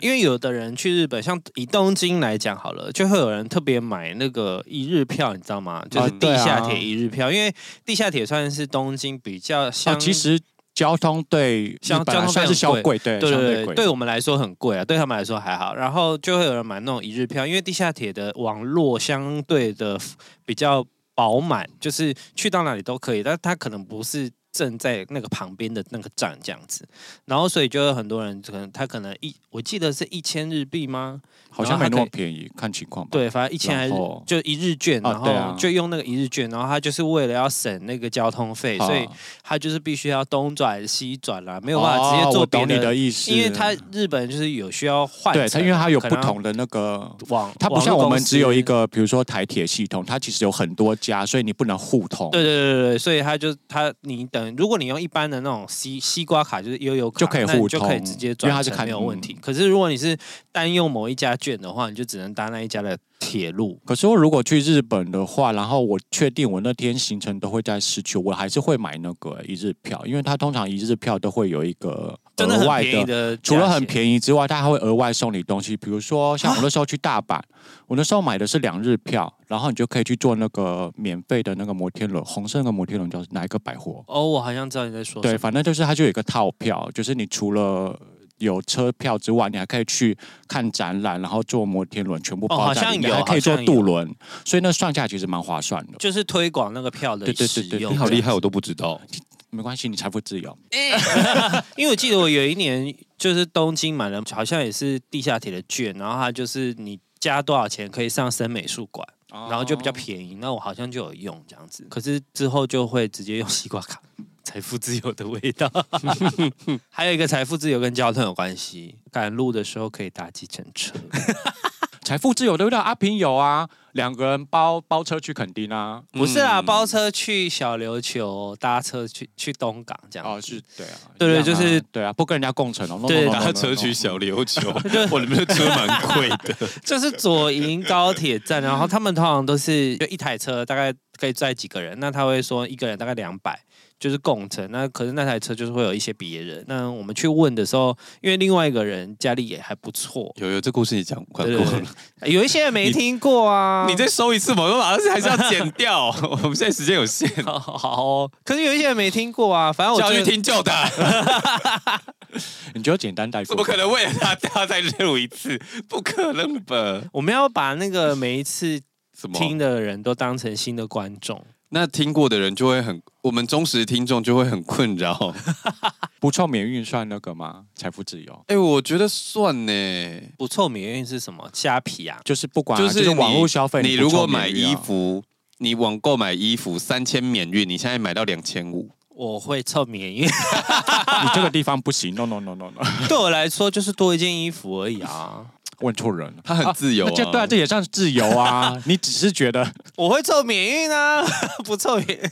[SPEAKER 1] 因为有的人去日本，像以东京来讲好了，就会有人特别买那个一日票，你知道吗？就是
[SPEAKER 3] 对
[SPEAKER 1] 地
[SPEAKER 3] 啊
[SPEAKER 1] 下铁一日票，因为地下铁算是东京比较相、
[SPEAKER 3] 哦，其实交通对日
[SPEAKER 1] 像
[SPEAKER 3] 本
[SPEAKER 1] 交
[SPEAKER 3] 来
[SPEAKER 1] 通
[SPEAKER 3] 算
[SPEAKER 1] 费
[SPEAKER 3] 是
[SPEAKER 1] 很贵
[SPEAKER 3] 小贵，对，
[SPEAKER 1] 对
[SPEAKER 3] 相
[SPEAKER 1] 对对，
[SPEAKER 3] 贵。
[SPEAKER 1] 对我们来说很贵啊，对他们来说还好。然后就会有人买那种一日票，因为地下铁的网络相对的比较饱满，就是去到哪里都可以，但它可能不是。正在那个旁边的那个站这样子，然后所以就有很多人可能他可能一我记得是一千日币吗？
[SPEAKER 3] 好像没
[SPEAKER 1] 然后
[SPEAKER 3] 那
[SPEAKER 1] 它可
[SPEAKER 3] 么
[SPEAKER 1] 以
[SPEAKER 3] 便宜，看情况吧。
[SPEAKER 1] 对，反正一千还是
[SPEAKER 3] 然后
[SPEAKER 1] 就一日券，
[SPEAKER 3] 啊
[SPEAKER 1] 然
[SPEAKER 3] 对
[SPEAKER 1] 后
[SPEAKER 3] 啊
[SPEAKER 1] 就用那个一日券，然后他就是为了要省那个交通费，
[SPEAKER 3] 啊，
[SPEAKER 1] 所以他就是必须要东转西转啦，没有办法直接
[SPEAKER 3] 哦
[SPEAKER 1] 做
[SPEAKER 3] 我
[SPEAKER 1] 别
[SPEAKER 3] 懂你
[SPEAKER 1] 的
[SPEAKER 3] 的意思，
[SPEAKER 1] 因为他日本就是有需要换乘，
[SPEAKER 3] 对它，因为它有
[SPEAKER 1] 可
[SPEAKER 3] 不
[SPEAKER 1] 能
[SPEAKER 3] 同的那个
[SPEAKER 1] 网，
[SPEAKER 3] 它不像
[SPEAKER 1] 网络
[SPEAKER 3] 我
[SPEAKER 1] 公
[SPEAKER 3] 们
[SPEAKER 1] 司
[SPEAKER 3] 只有一。个，比如说台铁系统，它其实有很多家，所以你不能互通，
[SPEAKER 1] 对对对对对，所以他就他你等，如果你用一般的那种西西瓜卡，就是悠游卡，
[SPEAKER 3] 就可以
[SPEAKER 1] 那你
[SPEAKER 3] 互
[SPEAKER 1] 就可以
[SPEAKER 3] 通
[SPEAKER 1] 直接
[SPEAKER 3] 因为
[SPEAKER 1] 转
[SPEAKER 3] 它是
[SPEAKER 1] 乘
[SPEAKER 3] 看
[SPEAKER 1] 没有问题
[SPEAKER 3] 嗯。
[SPEAKER 1] 可是如果你是单用某一家券的话，你就只能搭那一家的铁路。
[SPEAKER 3] 可是我如果去日本的话，然后我确定我那天行程都会在市区，我还是会买那个一日票，因为它通常一日票都会有一个
[SPEAKER 1] 真的
[SPEAKER 3] 额
[SPEAKER 1] 很
[SPEAKER 3] 外
[SPEAKER 1] 便宜
[SPEAKER 3] 的。
[SPEAKER 1] 的价钱，
[SPEAKER 3] 除了很便宜之外，它还会额外送你东西，比如说
[SPEAKER 1] 啊
[SPEAKER 3] 像我那时候去大阪，我那时候买的是两日票，然后你就可以去坐那个免费的那个摩天轮，红色那个摩天轮叫哪一个百货？
[SPEAKER 1] 哦，我好像知道你在说什
[SPEAKER 3] 对，
[SPEAKER 1] 么。
[SPEAKER 3] 反正就是它就有一个套票，就是你除了有车票之外，你还可以去看展览，然后坐摩天轮，全部
[SPEAKER 1] 哦好
[SPEAKER 3] 包在
[SPEAKER 1] 像
[SPEAKER 3] 里面，
[SPEAKER 1] 有
[SPEAKER 3] 还可
[SPEAKER 1] 好
[SPEAKER 3] 以坐
[SPEAKER 1] 像有
[SPEAKER 3] 渡轮，所以那算下来其实蛮划算的。
[SPEAKER 1] 就是推广那个票的
[SPEAKER 3] 对对对
[SPEAKER 1] 使
[SPEAKER 3] 对
[SPEAKER 1] 用。
[SPEAKER 2] 你好厉害，我都不知 道。
[SPEAKER 3] 没关系，你财富自由。
[SPEAKER 1] 因为我记得我有一年就是东京买了，好像也是地下铁的券，然后它就是你加多少钱可以上森美术馆，然后就比较便宜。那我好像就有用这样子，可是之后就会直接用西瓜卡。财富自由的味道， 还有一个财富自由跟交通有关系。赶路的时候可以搭计程车，
[SPEAKER 3] 财富自由的味道，阿平有啊，两个人包包车去垦丁啊。
[SPEAKER 1] 不是啊，
[SPEAKER 2] 嗯
[SPEAKER 1] 包车去小琉球，搭车去去东港这样。
[SPEAKER 3] 哦，是对啊，
[SPEAKER 1] 对对
[SPEAKER 3] 一样啊
[SPEAKER 1] 就是
[SPEAKER 3] 对啊，不跟人家共乘哦。no, no,
[SPEAKER 1] 对
[SPEAKER 3] no, no, no, no,
[SPEAKER 2] 搭
[SPEAKER 3] no
[SPEAKER 2] 车去小琉 球，我你们的车蛮贵的，
[SPEAKER 1] 就是左营高铁站，然后他们通常都是就一台车，大概可以载几个人，那他会说一个人大概两百，就是共乘。那可是那台车就是会有一些别人。那我们去问的时候，因为另外一个人家里也还不错，
[SPEAKER 2] 有有，这故事你讲快
[SPEAKER 1] 对对对，有一些人没听过啊。
[SPEAKER 2] 你再收一次我都把这还是要剪掉。 我们现在时间有限，
[SPEAKER 1] 好好哦，可是有一些人没听过啊。反正我
[SPEAKER 2] 就要
[SPEAKER 1] 觉
[SPEAKER 2] 去
[SPEAKER 1] 得
[SPEAKER 2] 听旧的，
[SPEAKER 3] 你就简单带过。
[SPEAKER 2] 怎么可能为了他他再录一次？不可能吧？
[SPEAKER 1] 我们要把那个每一次
[SPEAKER 2] 什么？
[SPEAKER 1] 听的人都当成新的观众。
[SPEAKER 2] 那听过的人就会很，我们忠实听众就会很困 扰。
[SPEAKER 3] 不凑免运算那个吗？财富自由
[SPEAKER 2] 哎、我觉得算呢。
[SPEAKER 1] 不凑免运是什么？虾皮啊？
[SPEAKER 3] 就是不管啊、
[SPEAKER 2] 就
[SPEAKER 3] 就是是网
[SPEAKER 2] 你
[SPEAKER 3] 络消费，
[SPEAKER 2] 你
[SPEAKER 3] 不
[SPEAKER 2] 如
[SPEAKER 3] 凑
[SPEAKER 2] 果
[SPEAKER 3] 免
[SPEAKER 2] 买
[SPEAKER 3] 运啊
[SPEAKER 2] 衣服，你网购买衣服三千免运，你现在买到两千五，
[SPEAKER 1] 我会凑免运。
[SPEAKER 3] 你这个地方不行，no no no no no，
[SPEAKER 1] 对我来说就是多一件衣服而已啊。
[SPEAKER 3] 问错人了。
[SPEAKER 2] 他很自由、啊
[SPEAKER 3] 那这对啊，这也算是自由啊。 你只是觉得
[SPEAKER 1] 我会凑免运啊， 不凑免运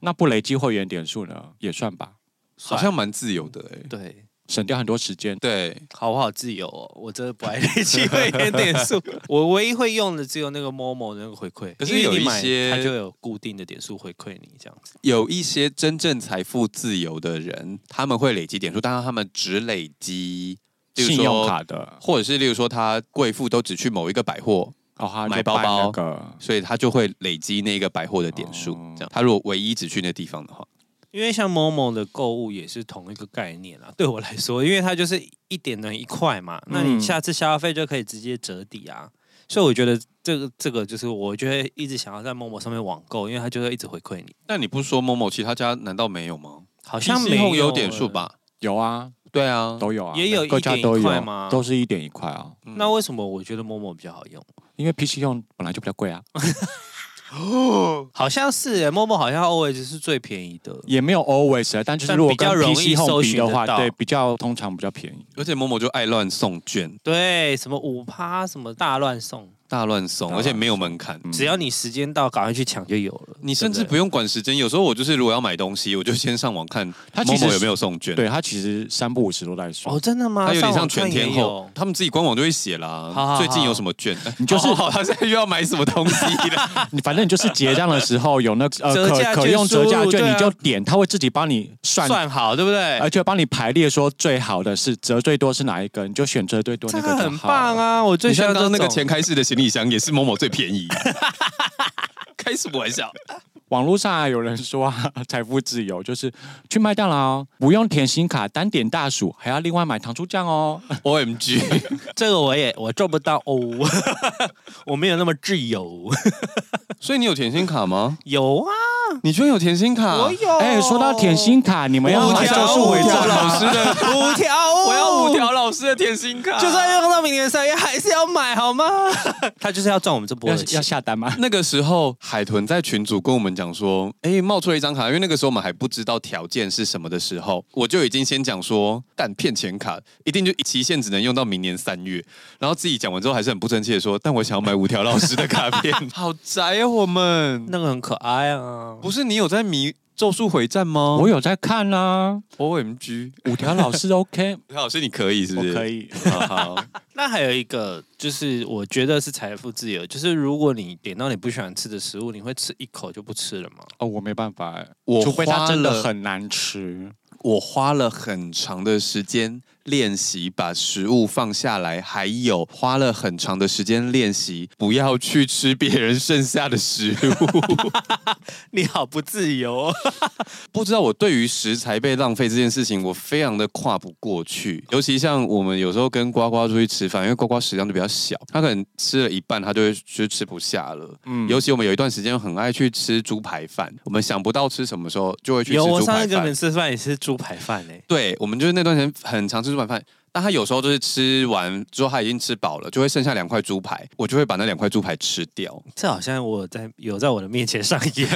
[SPEAKER 3] 那不累积会员点数呢，也算吧，
[SPEAKER 2] 好像蛮自由的哎、
[SPEAKER 1] 对，
[SPEAKER 3] 省掉很多时间。
[SPEAKER 2] 对，
[SPEAKER 1] 好不好自由哦？我真的不爱累积会员点 数，我唯一会用的只有那个 Momo 的那个回馈，
[SPEAKER 2] 可是
[SPEAKER 1] 因为
[SPEAKER 2] 有
[SPEAKER 1] 你
[SPEAKER 2] 一
[SPEAKER 1] 买
[SPEAKER 2] 些
[SPEAKER 1] 它就有固定的点数回馈你这样子。
[SPEAKER 2] 有一些真正财富自由的人，他们会累积点数，但是他们只累积，例如说
[SPEAKER 3] 信用，卡的，
[SPEAKER 2] 或者是例如说他贵妇都只去某一个百货，
[SPEAKER 3] 哦，他就
[SPEAKER 2] 买包
[SPEAKER 3] 办
[SPEAKER 2] 包
[SPEAKER 3] 那个
[SPEAKER 2] 所以他就会累积那个百货的点数。
[SPEAKER 3] 哦
[SPEAKER 2] 这样，他如果唯一只去那地方的话，
[SPEAKER 1] 因为像 Momo 的购物也是同一个概念啊， 对我来说，因为它就是一点等于一块嘛，那你
[SPEAKER 3] 嗯
[SPEAKER 1] 下次消费就可以直接折抵啊。所以我觉得这个这个就是我就会一直想要在 Momo 上面网购，因为它就会一直回馈你。
[SPEAKER 2] 那你不说某某，其他家难道没有吗？
[SPEAKER 1] 好像
[SPEAKER 2] 西
[SPEAKER 1] 没
[SPEAKER 2] 后有
[SPEAKER 1] 有
[SPEAKER 2] 点
[SPEAKER 1] 欸
[SPEAKER 2] 数吧？
[SPEAKER 3] 有啊，
[SPEAKER 2] 对啊，
[SPEAKER 3] 都有啊，
[SPEAKER 1] 也有
[SPEAKER 3] 各家
[SPEAKER 1] 1.1
[SPEAKER 3] 都
[SPEAKER 1] 块
[SPEAKER 3] 有
[SPEAKER 1] 吗
[SPEAKER 3] 都是一点一块啊，
[SPEAKER 1] 嗯
[SPEAKER 2] 嗯
[SPEAKER 1] 那为什么我觉得某某比较好用？
[SPEAKER 3] 因为 PC 用本来就比较贵啊，
[SPEAKER 1] 好像是耶，某某好像 always 是最便宜的。
[SPEAKER 3] 也没有 always 啊，但就是
[SPEAKER 1] 但
[SPEAKER 3] 如果
[SPEAKER 1] 比较
[SPEAKER 3] 跟
[SPEAKER 1] 容易
[SPEAKER 3] PC
[SPEAKER 1] 搜
[SPEAKER 3] Home 比
[SPEAKER 1] 寻
[SPEAKER 3] 的
[SPEAKER 1] 得
[SPEAKER 3] 话，
[SPEAKER 1] 到
[SPEAKER 3] 对，比较通常比较便宜。
[SPEAKER 2] 而且某某就爱乱送券，
[SPEAKER 1] 对，什么五趴，什么大乱送，
[SPEAKER 2] 大乱送，
[SPEAKER 3] 大乱
[SPEAKER 2] 而且没有门
[SPEAKER 3] 嗯
[SPEAKER 2] 槛。
[SPEAKER 1] 只要你时间到，赶快去抢就有了。
[SPEAKER 2] 你甚至
[SPEAKER 1] 对
[SPEAKER 2] 不
[SPEAKER 1] 对
[SPEAKER 2] 用管时间，有时候我就是如果要买东西，我就先上网看
[SPEAKER 3] 它
[SPEAKER 2] 某
[SPEAKER 3] 其实
[SPEAKER 2] 某有没有送券，，
[SPEAKER 3] 对，它其实三不五时都在说。
[SPEAKER 1] 哦，真的吗？
[SPEAKER 2] 它有点
[SPEAKER 1] 上
[SPEAKER 2] 像
[SPEAKER 1] 网
[SPEAKER 2] 全
[SPEAKER 1] 看也
[SPEAKER 2] 天候
[SPEAKER 1] 有，。
[SPEAKER 2] 他们自己官网就会写
[SPEAKER 1] 好
[SPEAKER 2] 啦，
[SPEAKER 1] 好
[SPEAKER 2] 最近有什么券，哎
[SPEAKER 3] 你就是
[SPEAKER 2] 哦好，他现在又要买什么东 西了，
[SPEAKER 3] 你反正你就是结账的时候有那呃
[SPEAKER 1] 啊 折价
[SPEAKER 3] 可可
[SPEAKER 1] 券
[SPEAKER 3] 用折价
[SPEAKER 1] 输入
[SPEAKER 3] 券，
[SPEAKER 1] 对啊
[SPEAKER 3] 你就点，它会自己帮你算，
[SPEAKER 1] 算好，对不对？
[SPEAKER 2] 哎
[SPEAKER 3] 而且帮你排列说最好的是折最多是哪一个，你就选折最多
[SPEAKER 1] 这
[SPEAKER 3] 那
[SPEAKER 1] 个
[SPEAKER 3] 个就
[SPEAKER 1] 很
[SPEAKER 3] 好
[SPEAKER 1] 棒
[SPEAKER 3] 了。
[SPEAKER 1] 啊！我最
[SPEAKER 2] 你
[SPEAKER 1] 喜
[SPEAKER 2] 像
[SPEAKER 1] 欢
[SPEAKER 2] 刚刚那个
[SPEAKER 1] 这种
[SPEAKER 2] 前开式的行李箱也是某某最便宜， 开什么玩笑？
[SPEAKER 3] 网络上啊有人说啊，财富自由 就是去麦当劳不用甜心卡，单点大薯，还要另外买糖醋酱哦。
[SPEAKER 2] O M G，
[SPEAKER 1] 这个我也我做不到哦， 我没有那么自由。
[SPEAKER 2] 所以你有甜心卡吗？
[SPEAKER 1] 有啊，
[SPEAKER 2] 你居然有甜心卡？
[SPEAKER 1] 我有。哦
[SPEAKER 3] 哎、说到甜心卡，你们要
[SPEAKER 1] 五
[SPEAKER 3] 买
[SPEAKER 1] 条
[SPEAKER 3] 咒术回
[SPEAKER 1] 五条
[SPEAKER 3] 战
[SPEAKER 1] 老
[SPEAKER 3] 吗？
[SPEAKER 2] 师的，
[SPEAKER 1] 五 条，
[SPEAKER 2] 我要五，条老师的甜心卡，
[SPEAKER 1] 就算用到明年三月，还是要买好吗？ 他就是要赚我们这波
[SPEAKER 3] 要
[SPEAKER 1] 的
[SPEAKER 3] 要
[SPEAKER 1] 钱。
[SPEAKER 3] 下单吗？
[SPEAKER 2] 那个时候，海豚在群组跟我们讲说，哎、冒出了一张卡，因为那个时候我们还不知道条件是什么的时候，我就已经先讲说，但骗钱卡一定就期限只能用到明年三月，然后自己讲完之后还是很不争气的说，但我想要买五条老师的卡片， 好宅哦，我们
[SPEAKER 1] 那个很可爱啊，
[SPEAKER 2] 不是你有在迷《咒术回战》吗？
[SPEAKER 3] 我有在看啊，
[SPEAKER 2] O M G，
[SPEAKER 3] 五条老师 OK，
[SPEAKER 2] 五条老师你可以是
[SPEAKER 3] 我
[SPEAKER 2] 不是？
[SPEAKER 3] 可以。
[SPEAKER 2] 好，好，
[SPEAKER 1] 那还有一个就是，我觉得是财富自由，就是如果你点到你不喜欢吃的食物，你会吃一口就不吃了吗？
[SPEAKER 3] 哦，我没办法哎，
[SPEAKER 2] 我
[SPEAKER 3] 除非它真
[SPEAKER 2] 花了
[SPEAKER 3] 的很难吃。
[SPEAKER 2] 我花了很长的时间练习把食物放下来，还有花了很长的时间练习不要去吃别人剩下的食 物。
[SPEAKER 1] 你好不自由、哦，
[SPEAKER 2] 不知道我对于食材被浪费这件事情，我非常的跨不过去。尤其像我们有时候跟呱呱出去吃饭，因为呱呱食量就比较小，他可能吃了一半，他就会就吃不下了。嗯，尤其我们有一段时间很爱去吃猪排饭，我们想不到吃什么时候就会去 吃
[SPEAKER 1] 有，我
[SPEAKER 2] 猪
[SPEAKER 1] 上
[SPEAKER 2] 排
[SPEAKER 1] 次跟你
[SPEAKER 2] 饭
[SPEAKER 1] 们。吃饭也是猪排饭欸诶、
[SPEAKER 2] 对，我们就是那段时间很常吃猪排饭，但他有时候就是吃完之后他已经吃饱了，就会剩下两块猪排，我就会把那两块猪排吃 掉。
[SPEAKER 1] 这好像我在有在我的面前上演。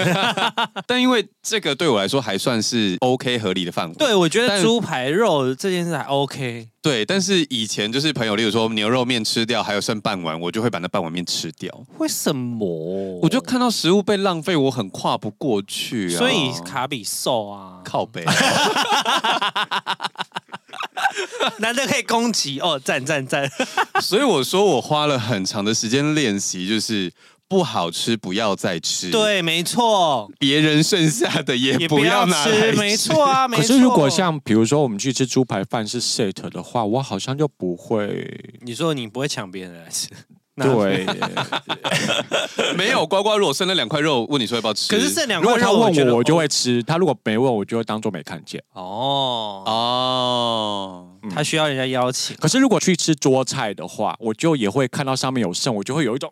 [SPEAKER 2] 但因为这个对我来说还算是 OK 合理的范围，
[SPEAKER 1] 对，我觉
[SPEAKER 2] 但
[SPEAKER 1] 得猪排肉这件事还 OK，
[SPEAKER 2] 对。但是以前就是朋友，例如说牛肉面吃掉，还有剩半碗，我就会把那半碗面吃掉。
[SPEAKER 1] 为什么？
[SPEAKER 2] 我就看到食物被浪费，我很跨不过去啊。
[SPEAKER 1] 所以卡比瘦啊，
[SPEAKER 2] 靠背，
[SPEAKER 1] 难得可以攻击哦，赞赞赞！
[SPEAKER 2] 所以我说我花了很长的时间练习，就是不好吃不要再吃。。
[SPEAKER 1] 对，没错，
[SPEAKER 2] 别人剩下的也
[SPEAKER 1] 也
[SPEAKER 2] 不
[SPEAKER 1] 不
[SPEAKER 2] 要
[SPEAKER 1] 要
[SPEAKER 2] 拿来
[SPEAKER 1] 吃，没错啊，没
[SPEAKER 3] 可
[SPEAKER 1] 错。
[SPEAKER 3] 是如果像比如说我们去吃猪排饭是 set 的话，我好像就不会。
[SPEAKER 1] 你说你不会抢别人来吃，那
[SPEAKER 3] 对，
[SPEAKER 2] 没有呱呱，如果剩那两块肉，问你说要不要吃？
[SPEAKER 1] 可是这两
[SPEAKER 3] 如
[SPEAKER 1] 块
[SPEAKER 3] 果他
[SPEAKER 1] 肉，觉
[SPEAKER 3] 问
[SPEAKER 1] 得
[SPEAKER 3] 我，我就会吃；他如果没问，我就会当做没看见。
[SPEAKER 1] 哦，
[SPEAKER 2] 哦，
[SPEAKER 1] 他需要人家邀请。
[SPEAKER 3] 可是如果去吃桌菜的话，我就也会看到上面有剩，我就会有一种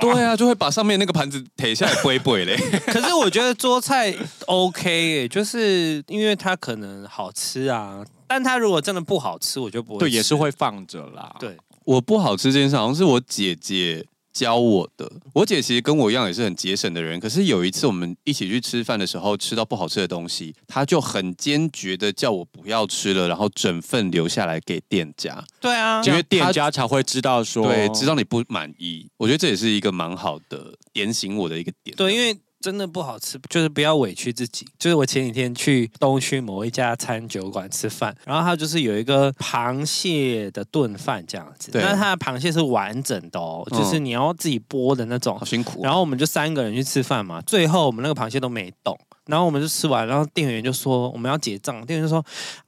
[SPEAKER 2] 对啊，就会把上面那个盘子撇下来挥不嘞。
[SPEAKER 1] 可是我觉得桌菜 OK，耶就是因为它可能好吃啊，但它如果真的不好吃，我就不会
[SPEAKER 3] 对，
[SPEAKER 1] 吃
[SPEAKER 3] 也是会放着啦。
[SPEAKER 1] 对
[SPEAKER 2] 我不好吃这件事，好像是我姐姐教我的。我姐其实跟我一样也是很节省的人，可是有一次我们一起去吃饭的时候，吃到不好吃的东西，她就很坚决的叫我不要吃了，然后整份留下来给店家，
[SPEAKER 1] 对啊，
[SPEAKER 3] 因为
[SPEAKER 2] 这样
[SPEAKER 3] 店
[SPEAKER 2] 他
[SPEAKER 3] 家才会知道
[SPEAKER 1] 哦
[SPEAKER 3] 说，
[SPEAKER 2] 对，知道你不满意。我觉得这也是一个蛮好的点醒我的一个点。
[SPEAKER 1] 对，因为真的不好吃，就是不要委屈自己。就是我前几天去东区某一家餐酒馆吃饭，然后它就是有一个螃蟹的炖饭这样子，
[SPEAKER 2] 对
[SPEAKER 1] 那它的螃蟹是完整的哦，
[SPEAKER 2] 嗯
[SPEAKER 1] 就是你要自己剥的那种
[SPEAKER 2] 好。辛苦哦、
[SPEAKER 1] 然后我们就三个人去吃饭嘛，最后我们那个螃蟹都没动，然后我们就吃完，然后店员就说我们要结账，店员就说。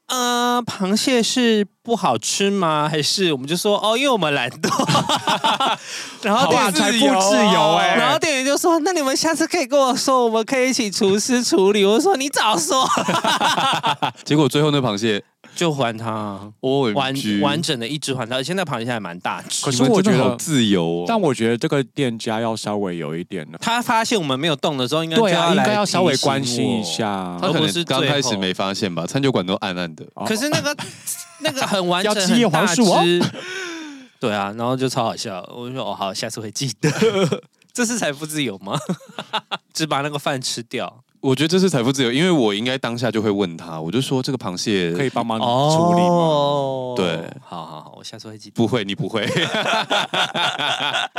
[SPEAKER 1] 呃，螃蟹是不好吃吗？还是我们就说哦，因为我们懒惰，然后
[SPEAKER 3] 好吧
[SPEAKER 1] 店员哦
[SPEAKER 3] 财富自由欸
[SPEAKER 1] 然后店员就就说：“那你们下次可以跟我说，我们可以一起厨师处理。”我说：“你早说
[SPEAKER 2] 结果最后那螃蟹，！”哦
[SPEAKER 1] 就还他啊
[SPEAKER 2] 我
[SPEAKER 1] 完完整的一只还他，而且那螃蟹还蛮大只
[SPEAKER 3] 可。
[SPEAKER 2] 你
[SPEAKER 3] 是
[SPEAKER 2] 们
[SPEAKER 3] 我
[SPEAKER 2] 真的
[SPEAKER 3] 觉得
[SPEAKER 2] 好自由哦。
[SPEAKER 3] 但我觉得这个店家要稍微有一点的，
[SPEAKER 1] 他发现我们没有动的时候，应该
[SPEAKER 3] 对啊，
[SPEAKER 1] 就
[SPEAKER 3] 应
[SPEAKER 1] 来
[SPEAKER 3] 该要稍微
[SPEAKER 1] 提醒
[SPEAKER 3] 关心
[SPEAKER 1] 我
[SPEAKER 3] 一。下。
[SPEAKER 2] 他可
[SPEAKER 1] 而不是
[SPEAKER 2] 能刚
[SPEAKER 1] 最后
[SPEAKER 2] 开始没发现吧，餐酒馆都暗暗的。
[SPEAKER 3] 哦
[SPEAKER 1] 可是那 个那个很完整，
[SPEAKER 3] 要吃叶
[SPEAKER 1] 很大
[SPEAKER 3] 黄素哦
[SPEAKER 1] 只。对啊，然后就超好笑，我就说：“哦，好，下次会记得。” 这是财富自由吗？ 只把那个饭吃掉。
[SPEAKER 2] 我觉得这是财富自由，因为我应该当下就会问他，我就说这个螃蟹
[SPEAKER 3] 可以帮忙处理吗？
[SPEAKER 1] 嗯哦
[SPEAKER 2] 对
[SPEAKER 1] 好好好，我下次会记得。
[SPEAKER 2] 不会，你不会。
[SPEAKER 3] 刚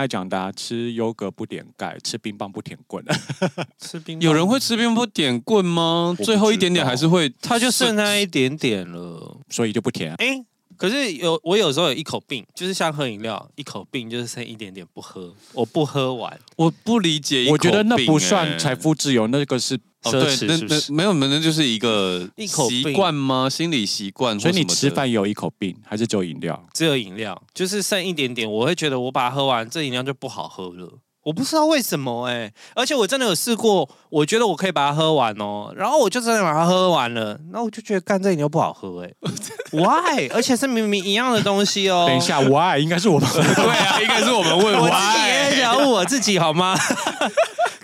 [SPEAKER 3] 才讲的啊、吃优格不点盖，吃冰棒不舔棍。
[SPEAKER 1] 吃冰棒
[SPEAKER 2] 有人会吃冰不点棍吗？
[SPEAKER 3] 知道
[SPEAKER 2] 最后一点点还是会，
[SPEAKER 1] 他就剩那一点点了。
[SPEAKER 3] 所以就不甜。
[SPEAKER 1] 哎、可是有我有时候有一口病，就是像喝饮料，一口病就是剩一点点不喝，我不喝完，
[SPEAKER 2] 我不理解一口
[SPEAKER 3] 我觉得那
[SPEAKER 2] 病
[SPEAKER 3] 不
[SPEAKER 2] 欸
[SPEAKER 3] 算财富自由，那个是，
[SPEAKER 1] 奢
[SPEAKER 2] 哦，对，
[SPEAKER 1] 侈
[SPEAKER 2] 那
[SPEAKER 1] 是不是
[SPEAKER 2] 那没有，那那就是一个
[SPEAKER 1] 一口病
[SPEAKER 2] 习惯吗？心理习惯或什
[SPEAKER 3] 所
[SPEAKER 2] 么的，
[SPEAKER 3] 以你吃饭也有一口病，还是只有饮料？
[SPEAKER 1] 只有饮料，就是剩一点点，我会觉得我把它喝完，这饮料就不好喝了。我不知道为什么哎、而且我真的有试过，我觉得我可以把它喝完哦，然后我就真的把它喝完了，那我就觉得干这饮料不好喝 哎、w h y 而且是明明一样的东西哦。
[SPEAKER 3] 等一，下，why 应该是我们
[SPEAKER 2] 对啊，应该是我 们问
[SPEAKER 1] 我自己也
[SPEAKER 2] why
[SPEAKER 1] 很想问我自己好吗？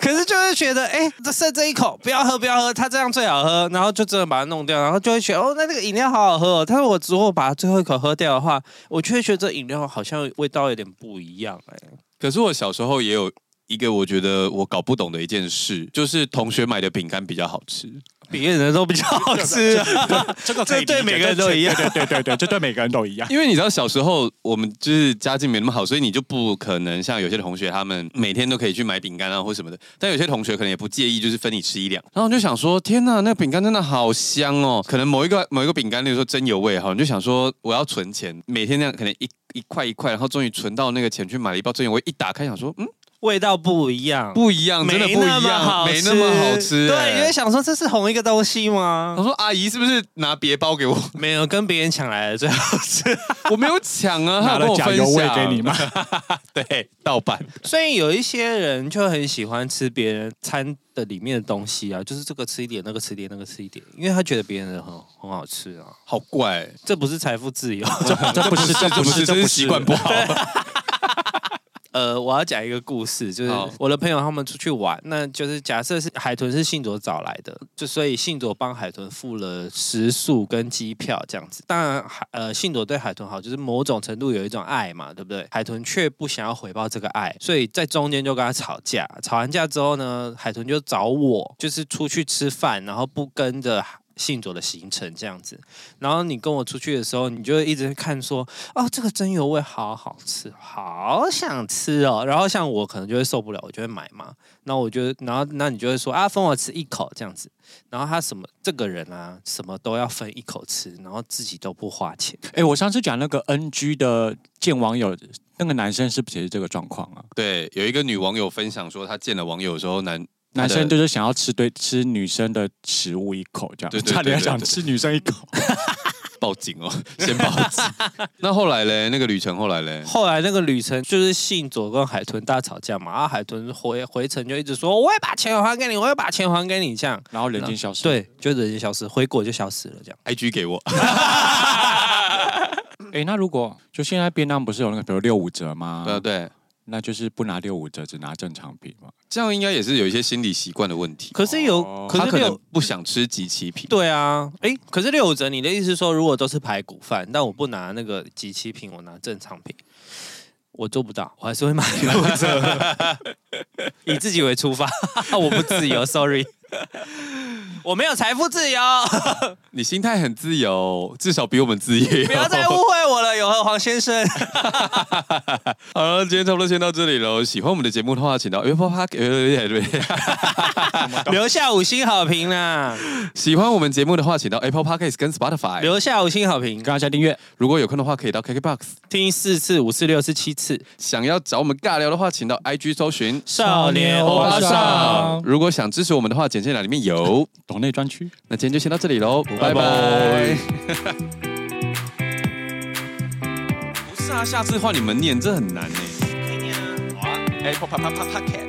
[SPEAKER 1] 可是就是觉得，哎、这剩这一口，不要喝，不要喝，它这样最好喝，然后就真的把它弄掉，然后就会觉得，哦，那这个饮料好好喝哦。但是我如果把最后一口喝掉的话，我就会觉得这饮料好像味道有点不一样、哎，
[SPEAKER 2] 可是我小时候也有一个我觉得我搞不懂的一件事，就是同学买的饼干比较好吃。
[SPEAKER 1] 别人的都比较好吃、
[SPEAKER 3] 这个
[SPEAKER 1] 可以理解这对每个人都一样
[SPEAKER 3] 对对对对，这对每个人都一样。
[SPEAKER 2] 因为你知道小时候我们就是家境没那么好，所以你就不可能像有些同学他们每天都可以去买饼干啊或什么的。但有些同学可能也不介意，就是分你吃一两。然后我就想说，天呐，那饼干真的好香哦！可能某一个 某一个饼干，例如说真油味哈，你就想说我要存钱，每天那样可能一一块一块，然后终于存到那个钱去买了一包真油味，一打开想说，嗯，
[SPEAKER 1] 味道不一样，
[SPEAKER 2] 不一样，真的不一
[SPEAKER 1] 没那么
[SPEAKER 2] 样，
[SPEAKER 1] 好吃，
[SPEAKER 2] 没那么好吃。
[SPEAKER 1] 对，
[SPEAKER 2] 哎
[SPEAKER 1] 你会想说这是同一个东西
[SPEAKER 2] 我
[SPEAKER 1] 吗？
[SPEAKER 2] 说阿姨是不是拿别包给我？
[SPEAKER 1] 没有，跟别人抢来的最好吃。
[SPEAKER 2] 我没有抢啊，
[SPEAKER 3] 拿
[SPEAKER 2] 他
[SPEAKER 3] 了假
[SPEAKER 2] 跟
[SPEAKER 3] 油
[SPEAKER 2] 我分
[SPEAKER 3] 味
[SPEAKER 2] 享
[SPEAKER 3] 给你？吗？
[SPEAKER 2] 对，盗版。
[SPEAKER 1] 所以有一些人就很喜欢吃别人餐的里面的东西啊，就是这个吃一点，那个吃一点，那个吃一点，因为他觉得别人的很很好吃啊。
[SPEAKER 2] 好怪、
[SPEAKER 1] 这不是财富自由。
[SPEAKER 3] 这不是，这不是，这
[SPEAKER 2] 这
[SPEAKER 3] 不
[SPEAKER 2] 是
[SPEAKER 3] 是
[SPEAKER 2] 习惯不好。
[SPEAKER 1] 呃，我要讲一个故事，就是
[SPEAKER 2] 好
[SPEAKER 1] 我的朋友他们出去玩，那就是假设是海豚是信卓找来的，就所以信卓帮海豚付了食宿跟机票这样子。当然，海呃信卓对海豚好，就是某种程度有一种爱嘛，对不对？海豚却不想要回报这个爱，所以在中间就跟他吵架。吵完架之后呢，海豚就找我，就是出去吃饭，然后不跟着。信卓的行程这样子，然后你跟我出去的时候，你就会一直看说，哦，这个真油味好好吃，好想吃哦。然后像我可能就会受不了，我就会买嘛。那我就，然后那你就会说啊，分我吃一口这样子。然后他什么这个人啊，什么都要分一口吃，然后自己都不花钱。
[SPEAKER 3] 哎，我上次讲那个 NG 的见网友，那个男生是不是也是这个状况啊？
[SPEAKER 2] 对，有一个女网友分享说，她见了网友的时候，男
[SPEAKER 3] 男生就是想要吃对吃女生的食物一口这样，
[SPEAKER 2] 对对对
[SPEAKER 3] 差点要
[SPEAKER 2] 对
[SPEAKER 3] 想
[SPEAKER 2] 对
[SPEAKER 3] 吃女生 一口。
[SPEAKER 2] 报警哦，先报警。那后来嘞，那个旅程后来嘞，
[SPEAKER 1] 后来那个旅程就是信左跟海豚大吵架嘛，然后海豚回回程就一直说我会把钱还给你，我会把钱还给你这样。
[SPEAKER 3] 然后人间消失。，
[SPEAKER 1] 对，就人就消失，回国就消失了这样。
[SPEAKER 2] IG 给我，
[SPEAKER 3] 哎，那如果就现在便当不是有那个比如六五折吗？
[SPEAKER 2] 对啊对，
[SPEAKER 3] 那就是不拿六五折，只拿正常品嘛。
[SPEAKER 2] 这样应该也是有一些心理习惯的问题。
[SPEAKER 1] 可是有，
[SPEAKER 3] 哦
[SPEAKER 1] 可
[SPEAKER 2] 他
[SPEAKER 1] 是
[SPEAKER 2] 可
[SPEAKER 1] 六
[SPEAKER 2] 能不想吃集齐品，
[SPEAKER 1] 对啊，哎，可是六五折，你的意思是说，如果都是排骨饭，但我不拿那个集齐品，我拿正常品，我做不到，我还是会买六五 折。以自己为出发，我不自由，sorry，我没有财富自由，
[SPEAKER 2] 你心态很自由，至少比我们自由。
[SPEAKER 1] 不要再误会我了，永和黄先 生。
[SPEAKER 2] 好了，今天差不多先到这里喽。喜欢我们的节目的话，请到 Apple Park，对对对，
[SPEAKER 1] 留下五星好评啦，
[SPEAKER 2] 喜欢我们节目的话，请到 Apple Podcast 跟 Spotify。
[SPEAKER 1] 留下五星好评，
[SPEAKER 3] 刚刚下订阅，
[SPEAKER 2] 如果有空的话，可以到 KKBox。
[SPEAKER 1] 听四次、五次、六次、七次，
[SPEAKER 2] 想要找我们尬聊的话，请到 IG 搜寻
[SPEAKER 1] 少年
[SPEAKER 3] 欧
[SPEAKER 1] 欧
[SPEAKER 3] 巴
[SPEAKER 1] 巴
[SPEAKER 3] 桑
[SPEAKER 1] 桑。
[SPEAKER 2] 如果想支持我们的话，简介栏里面 有。
[SPEAKER 3] 懂内专区。
[SPEAKER 2] 那今天就先到这里喽，拜
[SPEAKER 3] 拜
[SPEAKER 2] 拜
[SPEAKER 3] 拜。
[SPEAKER 2] 不是啊，下次换你们念，这很难呢、
[SPEAKER 1] 听啊
[SPEAKER 2] Apple 啪啪啪啪 c a